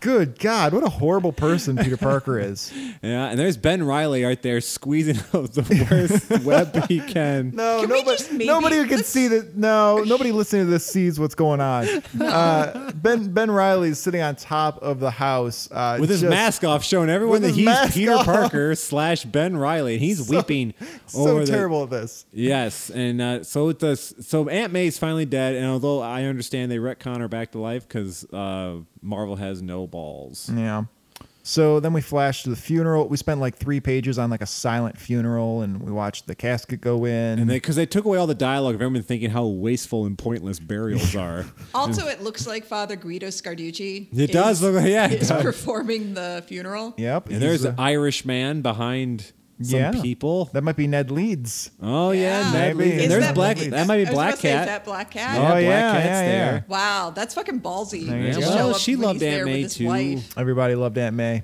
Good God, what a horrible person Peter Parker is.
yeah, and there's Ben Riley right there squeezing out the worst web he can.
No,
Can we
nobody,
just maybe-
nobody who can
let's-
see that. No, nobody listening to this sees what's going on. Uh, ben Ben Riley's sitting on top of the house uh,
with his
just-
mask off, showing everyone
with
that
his
he's
mask
Peter
off.
Parker slash Ben Riley, and he's weeping
So
over the-
terrible at this.
Yes, and uh, so it does. So Aunt May's finally dead, and although I understand they retcon her back to life because uh, Marvel has no balls.
Yeah. So then we flash to the funeral. We spent like three pages on like a silent funeral, and we watched the casket go in.
And they, because they took away all the dialogue of everyone thinking how wasteful and pointless burials are.
Also, it looks like Father Guido Scarducci.
It does look like- yeah, it
Is
does.
performing the funeral.
yep.
and there's
he's,
an
uh,
Irish man behind some
Yeah.
people.
that might be Ned Leeds.
Oh yeah,
Yeah.
Ned
Maybe.
Leeds.
Is
And there's
that-
black.
Leeds.
That might be
I was
Black
gonna say, is
Cat.
that Black Cat?
Yeah,
Oh,
Black
yeah,
Cat's
yeah, yeah.
there.
Wow, that's fucking ballsy.
There you
to
go.
show
Well,
up
she
when
loved
he's
Aunt
there with
May
his
too.
wife.
Everybody loved Aunt May.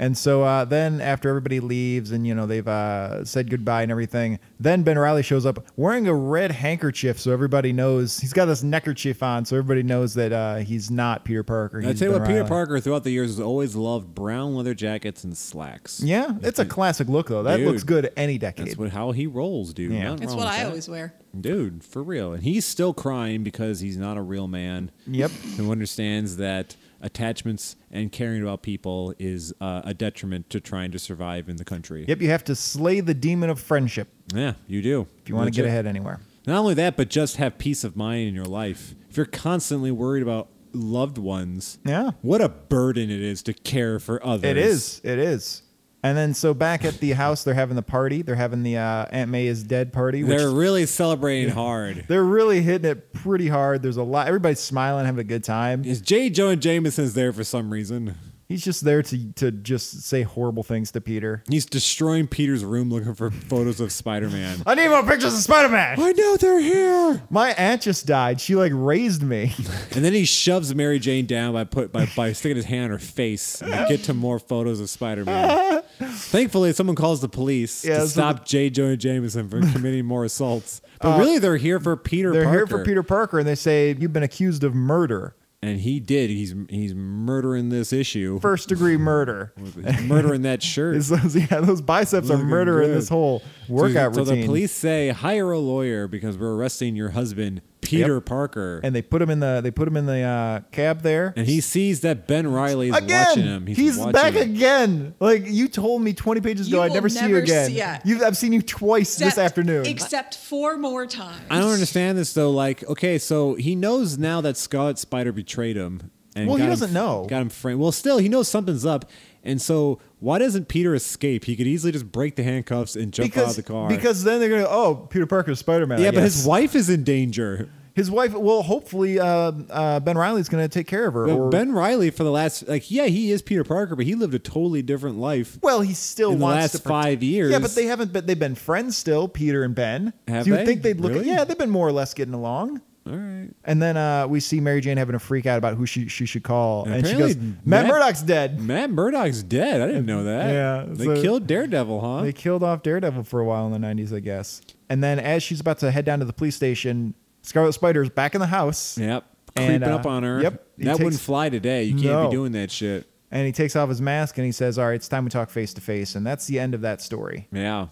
And so uh, then, after everybody leaves and you know they've uh, said goodbye and everything, then Ben Riley shows up wearing a red handkerchief, so everybody knows he's got this neckerchief on, so everybody knows that uh, he's not Peter Parker.
I
he's
tell you
Ben
what, Peter
Reilly.
Parker throughout the years has always loved brown leather jackets and slacks.
Yeah, it's a classic look though. That
Dude.
looks good any decade.
That's what how he rolls, dude.
Yeah.
Nothing
It's
wrong
what
with
I
that.
always wear.
Dude, for real. And he's still crying because he's not a real man
yep.
who understands that attachments and caring about people is uh, a detriment to trying to survive in the country.
Yep. You have to slay the demon of friendship
Yeah, you do.
if you want to get
Legit.
ahead anywhere.
Not only that, but just have peace of mind in your life. If you're constantly worried about loved ones,
Yeah.
what a burden it is to care for others.
It is. It is. And then so back at the house, they're having the party. They're having the uh, Aunt May is dead party. Which
They're really celebrating hard.
They're really hitting it pretty hard. There's a lot. Everybody's smiling, having a good time.
Is J. Jonah Jameson's there for some reason?
He's just there to to just say horrible things to Peter.
He's destroying Peter's room looking for photos of Spider Man.
I need more pictures of Spider Man.
I know they're here.
My aunt just died. She like raised me.
And then he shoves Mary Jane down by put by, by sticking his hand on her face and they get to more photos of Spider Man. Thankfully, someone calls the police
Yeah,
to
so
stop J. Jonah Jameson from committing more assaults. But really, they're here for Peter.
Uh, They're
Parker.
here for Peter Parker, and they say you've been accused of murder,
and he did. He's he's murdering this issue.
first degree murder.
He's murdering that shirt.
It's those, yeah, those biceps are
Looking
murdering
good.
this whole workout
so,
routine.
the police say hire a lawyer because we're arresting your husband, Peter Parker.
and they put him in the they put him in the uh, cab there.
And he sees that Ben Riley is
again.
watching him.
He's,
He's, watching
back
him.
again. Like you told me 20 pages ago,
You
I'd
will
never see you
never
again.
see- yeah.
You've, I've seen you twice this
Except-
afternoon.
Except four more times.
I don't understand this though. Like, okay, so he knows now that Scarlet Spider betrayed him. And
Well, he
got him-
doesn't know.
Got him framed. Well, still, he knows something's up. And so, why doesn't Peter escape? He could easily just break the handcuffs and jump out
because
of the car.
because then they're gonna oh Peter Parker's Spider Man.
yeah, but his wife is in danger.
his wife. Well, hopefully uh, uh, Ben Riley's gonna take care of her.
But
or-
ben Riley, for the last, like, yeah, he is Peter Parker, but he lived a totally different life.
well, he still
in the
wants
last
to
five years-
Yeah, but they haven't. But they've been friends still, Peter and Ben.
Have
Do you
they?
think they'd look? at
Really?
Yeah, they've been more or less getting along.
All right.
And then uh, we see Mary Jane having a freak out about who she, she should call. And,
And
she goes,
apparently
Matt,
Matt-
Murdock's dead.
Matt Murdock's dead. I didn't know that.
Yeah,
They
so-
killed Daredevil, huh?
They killed off Daredevil for a while in the 90s, I guess. And then as she's about to head down to the police station, Scarlet Spider's back in the house.
yep.
And,
Creeping
uh,
up on her.
yep, he
That wouldn't
takes-
fly today. You can't
No.
be doing that shit.
And he takes off his mask and he says, All right, it's time we talk face to face. And that's the end of that story.
Yeah.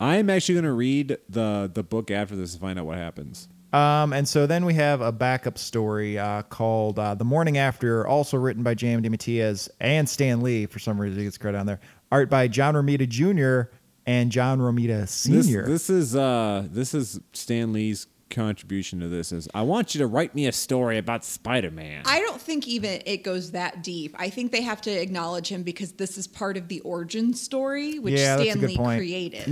I am actually going to read the the book after this to find out what happens.
Um, and so then we have a backup story uh, called uh, "The Morning After," also written by J.M. DeMatteis and Stan Lee. For some reason, he gets credit on there. Art by John Romita Jr. and John Romita
This,
Sr.
this is uh this is Stan Lee's contribution to this is I want you to write me a story about Spider-Man.
I don't think even it goes that deep. I think they have to acknowledge him because this is part of the origin story, which
Yeah, that's a good
Stanley
point.
Mm,
created.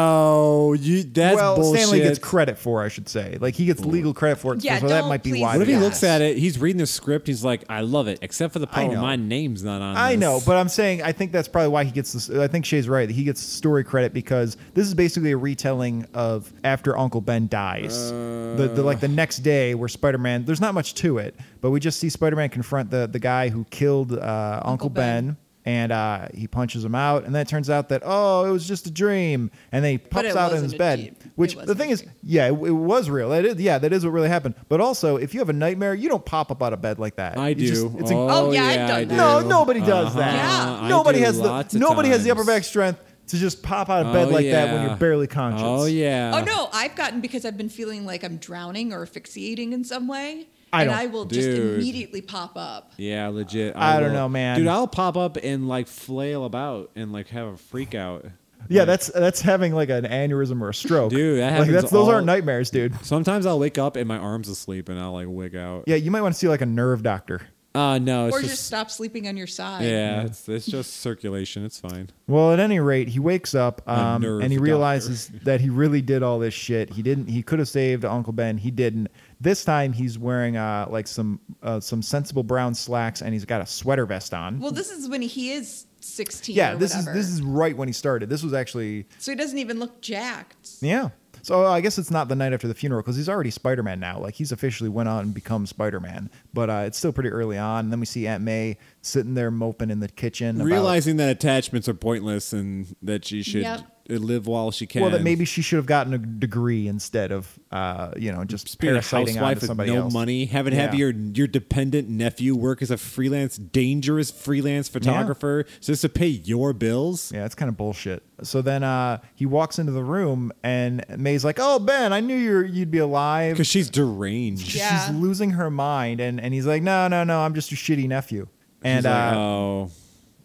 no, you that's
well,
bullshit.
Stan Lee gets credit for, I should say. Like he gets legal credit for it.
Yeah,
so that
don't
might be
please-
why.
what if he
Yeah.
looks at it? He's reading the script. He's like, "I love it," except for the
I
part where
know.
my name's not on.
I
this.
know, but I'm saying I think that's probably why he gets this. I think Shay's right. that He gets story credit because this is basically a retelling of after Uncle Ben dies. the, the
Uh.
like the next day where Spider-Man. There's not much to it, but we just see Spider-Man confront the the guy who killed uh, Uncle, Ben.
Ben.
And uh, he punches him out, and then it turns out that oh, it was just a dream. And then he pops
it
out
wasn't
in his
a
bed,
dream.
which
It
the
wasn't
thing
a
is,
dream.
yeah, it, it was real. That is, yeah, that is what really happened. But also, if you have a nightmare, you don't pop up out of bed like that.
I
You
do.
just- it's a-
oh,
Oh, yeah,
yeah,
I've
I
done
do.
that.
no, nobody does
Uh-huh.
that.
Yeah.
I
Nobody
do
has
lots
the
of
nobody has the upper
times.
back strength to just pop out of
Oh,
bed like that when
yeah.
you're barely conscious.
Oh yeah.
Oh no, I've gotten because I've been feeling like I'm drowning or asphyxiating in some way,
I
and
don't-
I will just
Dude.
immediately pop up.
Yeah, legit.
I don't
will-
know, man.
Dude, I'll pop up and like flail about and like have a freak out.
Yeah,
Like,
that's that's having like an aneurysm or a stroke.
Dude, that
like
happens
that's those
all-
aren't nightmares, dude.
Sometimes I'll wake up and my arms asleep and I'll like wig out.
Yeah, you might want to see like a nerve doctor.
Uh no, it's
or just,
just
stop sleeping on your side.
yeah, it's, it's just circulation. It's fine.
Well, at any rate, he wakes up
A
um,
nerve
and he
doctor.
realizes that he really did all this shit. He didn't. He could have saved Uncle Ben. He didn't. This time, he's wearing uh, like some uh, some sensible brown slacks and he's got a sweater vest on.
Well, this is when he is 16.
yeah,
or
this is
whatever.
this is right when he started. This was actually
So he doesn't even look jacked.
Yeah. So I guess it's not the night after the funeral because he's already Spider Man now. Like he's officially went out and become Spider Man, but uh, it's still pretty early on. And then we see Aunt May sitting there moping in the kitchen. about-
Realizing that attachments are pointless and that she should uh,
Yep.
live while she can.
well that maybe she should have gotten a degree instead of uh, you know just
Be a
parasiting
housewife
onto
with
somebody
no
else.
money, having to have
Yeah.
your your dependent nephew work as a freelance, dangerous freelance photographer just to pay your bills.
Yeah, it's kind of bullshit. So then uh, he walks into the room and May's like, "Oh Ben, I knew you you'd be alive."
Because she's deranged.
Yeah.
She's losing her mind, and and he's like, "No, no, no, I'm just your shitty nephew." And
She's like,
uh,
oh,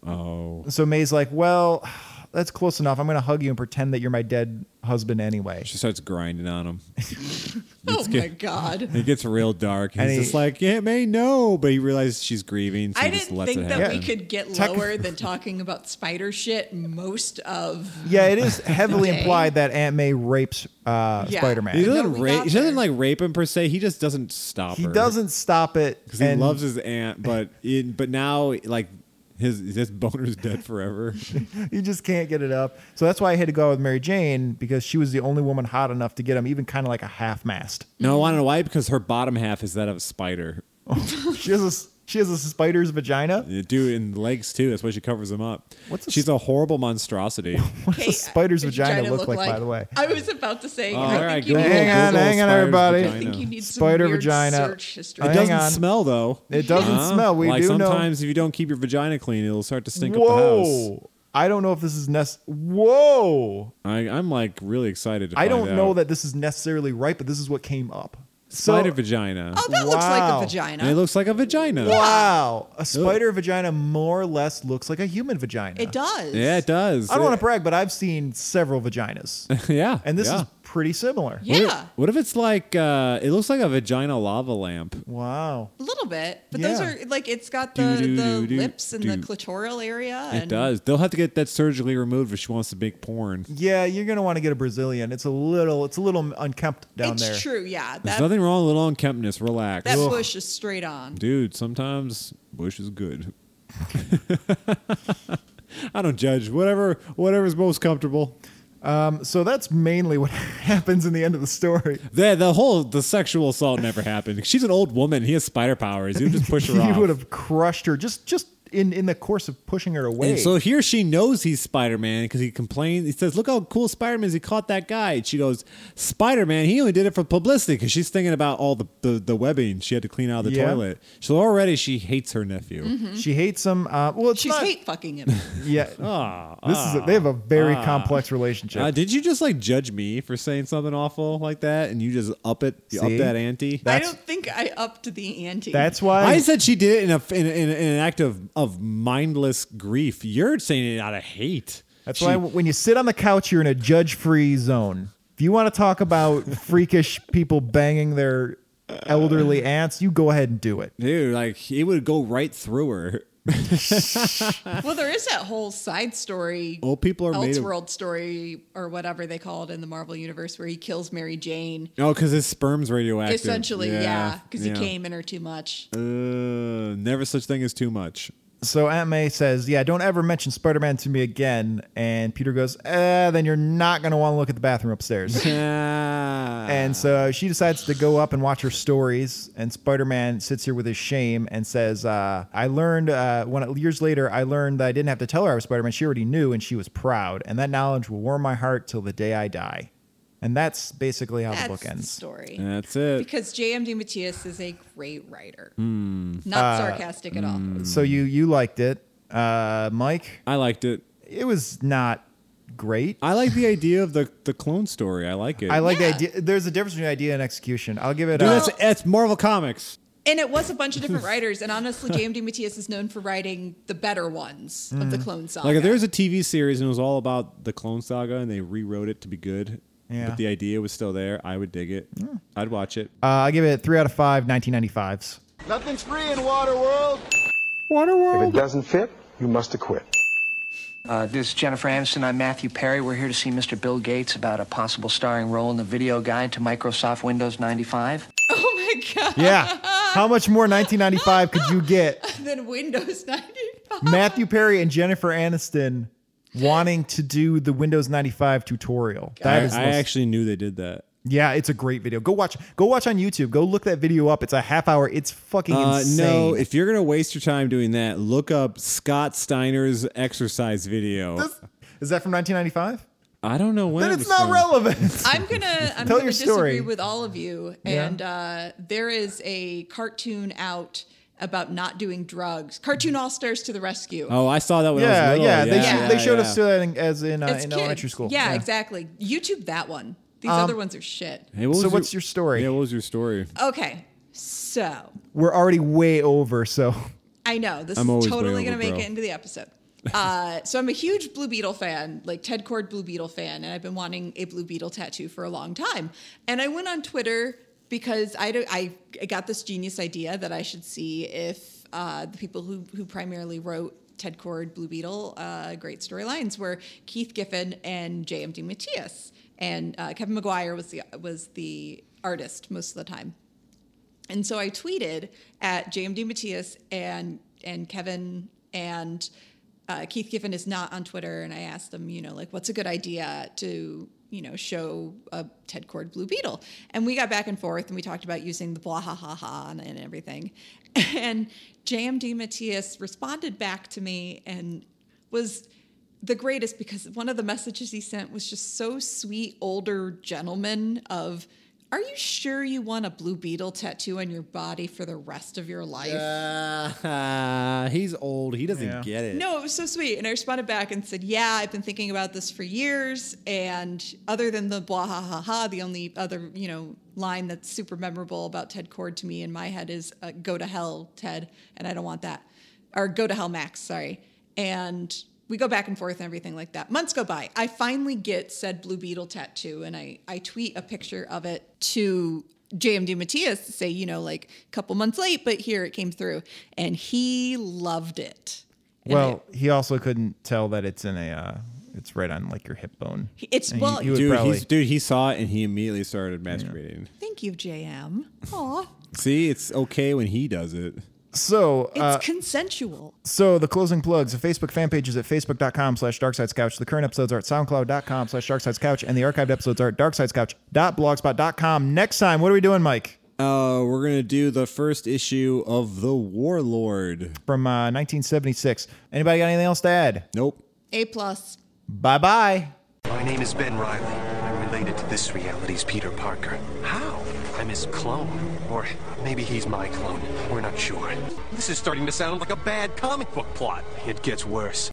oh.
So May's like, well, that's close enough. I'm going to hug you and pretend that you're my dead husband anyway.
She starts grinding on him.
Oh my
good.
god.
It gets real dark. And
And
he's
he-
just like, yeah, May, no. But he realizes she's grieving. So
I
he just
didn't
lets
think
it
that
happen.
we
Yeah.
could get
Tech-
lower than talking about spider shit most of
Yeah, it is heavily
Okay.
implied that Aunt May rapes uh,
Yeah.
He
Spider-Man.
No,
doesn't,
we
ra-
got
he doesn't
there.
like rape him per se. He just doesn't stop
He
her.
doesn't stop it.
Because he
and-
loves his aunt. But it, but now, like, his, his boner's dead forever.
you just can't get it up. So that's why I had to go out with Mary Jane because she was the only woman hot enough to get him, even kind of like a half mast.
no, I want to know why. Because her bottom half is that of a spider.
She has a s- she has a spider's vagina.
Yeah, Dude, and legs too. That's why she covers them up.
What's a
She's a horrible monstrosity.
What does a
Hey,
spider's
uh,
vagina, look, like, By the way,
I was about to say. I
Oh, all right,
think you
Google-
need,
Hang on,
Google
hang on,
spider's
everybody.
I
vagina.
think you need some
Spider
weird
vagina.
search history.
It
Hang
doesn't
on.
smell though.
It doesn't smell. We
like
do know.
sometimes if you don't keep your vagina clean, it'll start to stink up the house.
whoa! I don't know if this is nest. Whoa!
I, I'm like really excited. To
I
find
don't know
out.
that this is necessarily right, but this is what came up. So-
spider vagina.
Oh, that looks like
Wow.
a
and it
vagina.
looks like a vagina.
Wow, a spider vagina more or less looks like a human vagina.
It does.
Yeah, it does.
I don't want to brag, but I've seen several vaginas,
to. yeah,
and this
yeah.
is pretty similar.
Yeah.
What if, what if it's like? Uh, it looks like a vagina lava lamp.
Wow.
A little bit, but those
Yeah.
are like it's got
Do,
the,
do,
the
do, do,
lips and
do.
the clitoral area.
It
and
does. They'll have to get that surgically removed if she wants to make porn.
Yeah, you're gonna want to get a Brazilian. It's a little, it's a little unkempt down
It's
there.
true. Yeah,
There's
that
nothing wrong with a little unkemptness. Relax,
that
Ugh.
bush is straight on.
dude. Sometimes bush is good. I don't judge. Whatever, whatever's most comfortable.
Um, so that's mainly what happens in the end of the story.
The, the whole the sexual assault never happened. She's an old woman. He has spider powers. You just push her
you
off.
would have crushed her just just in in the course of pushing her away.
And so here she knows he's Spider Man because he complains. He says, "Look how cool Spider Man is! He caught that guy." And she goes, "Spider Man! He only did it for publicity because she's thinking about all the, the the webbing she had to clean out of the
Yeah. Mm-hmm.
toilet. So already she hates her nephew.
she hates him. Uh, well,
Mm-hmm.
it's
She's
not-
hate fucking him.
Yeah,
Ah,
this is a, they have a very complex relationship.
Uh, did you just like judge me for saying something awful like that? And you just up it, you up
See?
that ante.
I
That's-
don't think I upped the ante.
that's why
I said she did it in a in, a- in, a- in an act of, of mindless grief. You're saying it out of hate.
That's
She-
why when you sit on the couch, you're in a judge free zone. If you want to talk about freakish people banging their elderly aunts, you go ahead and do it.
dude, like it would go right through her.
well, there is that whole side story,
Old people are made of
Elseworld story, or whatever they call it in the Marvel universe, where he kills Mary Jane.
Oh, because his sperm's radioactive.
Essentially, yeah, because
yeah.
he came in her too much.
Uh, never such thing as too much.
So Aunt May says, "Yeah, don't ever mention Spider-Man to me again." And Peter goes, "Eh, then you're not going to want to look at the bathroom upstairs."
and
and so she decides to go up and watch her stories. And Spider-Man sits here with his shame and says, uh, "I learned uh, when years later, I learned that I didn't have to tell her I was Spider-Man. She already knew, and she was proud. And that knowledge will warm my heart till the day I die." And that's basically how
That's
the book
the
ends.
story.
that's it.
Because JMD Matias is a great writer. Not sarcastic at all.
So you you liked it, uh, Mike?
I liked it.
It was not great.
I like the idea of the, the clone story. I like it.
I like
Yeah.
the idea. There's a difference between idea and execution. I'll give it. uh,
Dude,
a,
uh,
that's, that's Marvel Comics.
And it was a bunch of different writers. And honestly, JMD Matias is known for writing the better ones of the Clone Saga.
Like if there was a TV series and it was all about the Clone Saga and they rewrote it to be good,
Yeah.
but the idea was still there, I would dig it. I'd watch it.
uh, I'll give it three out of five 1995s.
Nothing's free in Waterworld.
If it doesn't fit, you must acquit.
Uh, this is Jennifer Aniston. I'm Matthew Perry. We're here to see Mr. Bill Gates about a possible starring role in the video guide to Microsoft Windows 95.
oh my God.
Yeah. How much more 1995 could you get?
Then Windows 95.
Matthew Perry and Jennifer Aniston wanting to do the Windows 95 tutorial. That
I,
is
I
most-
actually knew they did that.
yeah, it's a great video. Go watch. Go watch on YouTube. Go look that video up. It's a half hour. It's fucking
Uh,
insane.
no, if you're gonna waste your time doing that, look up Scott Steiner's exercise video.
is that from 1995?
I don't know when.
Then
it
it's
was
not
done.
relevant.
I'm gonna I'm
Tell
gonna
your
disagree
story.
with all of you.
Yeah.
And uh, there is a cartoon out about not doing drugs. Cartoon All Stars to the Rescue.
Oh, I saw that when I
yeah,
was little.
yeah, They,
yeah,
they showed us
yeah.
that in, as in, uh,
It's
in
kids.
elementary school. Um,
Yeah, exactly. YouTube that one. These other ones are shit.
Hey, what
So
was
what's your story?
Yeah, what was your story?
Okay, so
We're already way over. So
I know this
I'm
is
always
totally
way
going
over,
to make
bro.
it into the episode. Uh, so I'm a huge Blue Beetle fan, like Ted Cord Blue Beetle fan, and I've been wanting a Blue Beetle tattoo for a long time. And I went on Twitter because I, do- I, I got this genius idea that I should see if uh, the people who, who primarily wrote Ted Cord Blue Beetle uh, great storylines were Keith Giffen and JMD Matias, and uh, Kevin McGuire was the was the artist most of the time. And so I tweeted at JMD Matias and and Kevin and uh, Keith Giffen is not on Twitter, and I asked them, you know, like, what's a good idea to you know show a Ted Cord Blue Beetle? And we got back and forth, and we talked about using the blah ha ha ha and, and everything. And JMD Matias responded back to me and was the greatest because one of the messages he sent was just so sweet older gentleman of are you sure you want a blue beetle tattoo on your body for the rest of your life
Uh, he's old. He doesn't
Yeah.
get it.
no it was so sweet and i responded back and said yeah i've been thinking about this for years and other than the blah ha ha ha the only other you know line that's super memorable about ted cord to me in my head is uh, go to hell ted and i don't want that or go to hell max sorry and we go back and forth and everything like that. Months go by. I finally get said Blue Beetle tattoo and I, I tweet a picture of it to JMD Matias to say, you know, like a couple months late, but here it came through. And he loved it. And
Well, he also couldn't tell that it's in a. Uh, it's right on like your hip bone.
I- it's
And
well,
he- he would
Dude,
probably-
he's, dude, he saw it and he immediately started masturbating.
thank you, JM. Aw.
See, it's okay when he does it.
So,
It's
uh,
consensual.
so the closing plugs. The Facebook fan page is at facebook.com slash darksidescouch. The current episodes are at soundcloud.com slash darksidescouch. And the archived episodes are at darksidescouch.blogspot.com. Next time, what are we doing, Mike?
Uh, we're gonna do the first issue of the Warlord.
From uh, 1976. Anybody got anything else to add?
Nope.
A plus.
Bye-bye.
My name is Ben Riley. I'm related to this reality's Peter Parker. How? I'm his clone. Or maybe he's my clone. We're not sure. This is starting to sound like a bad comic book plot. It gets worse.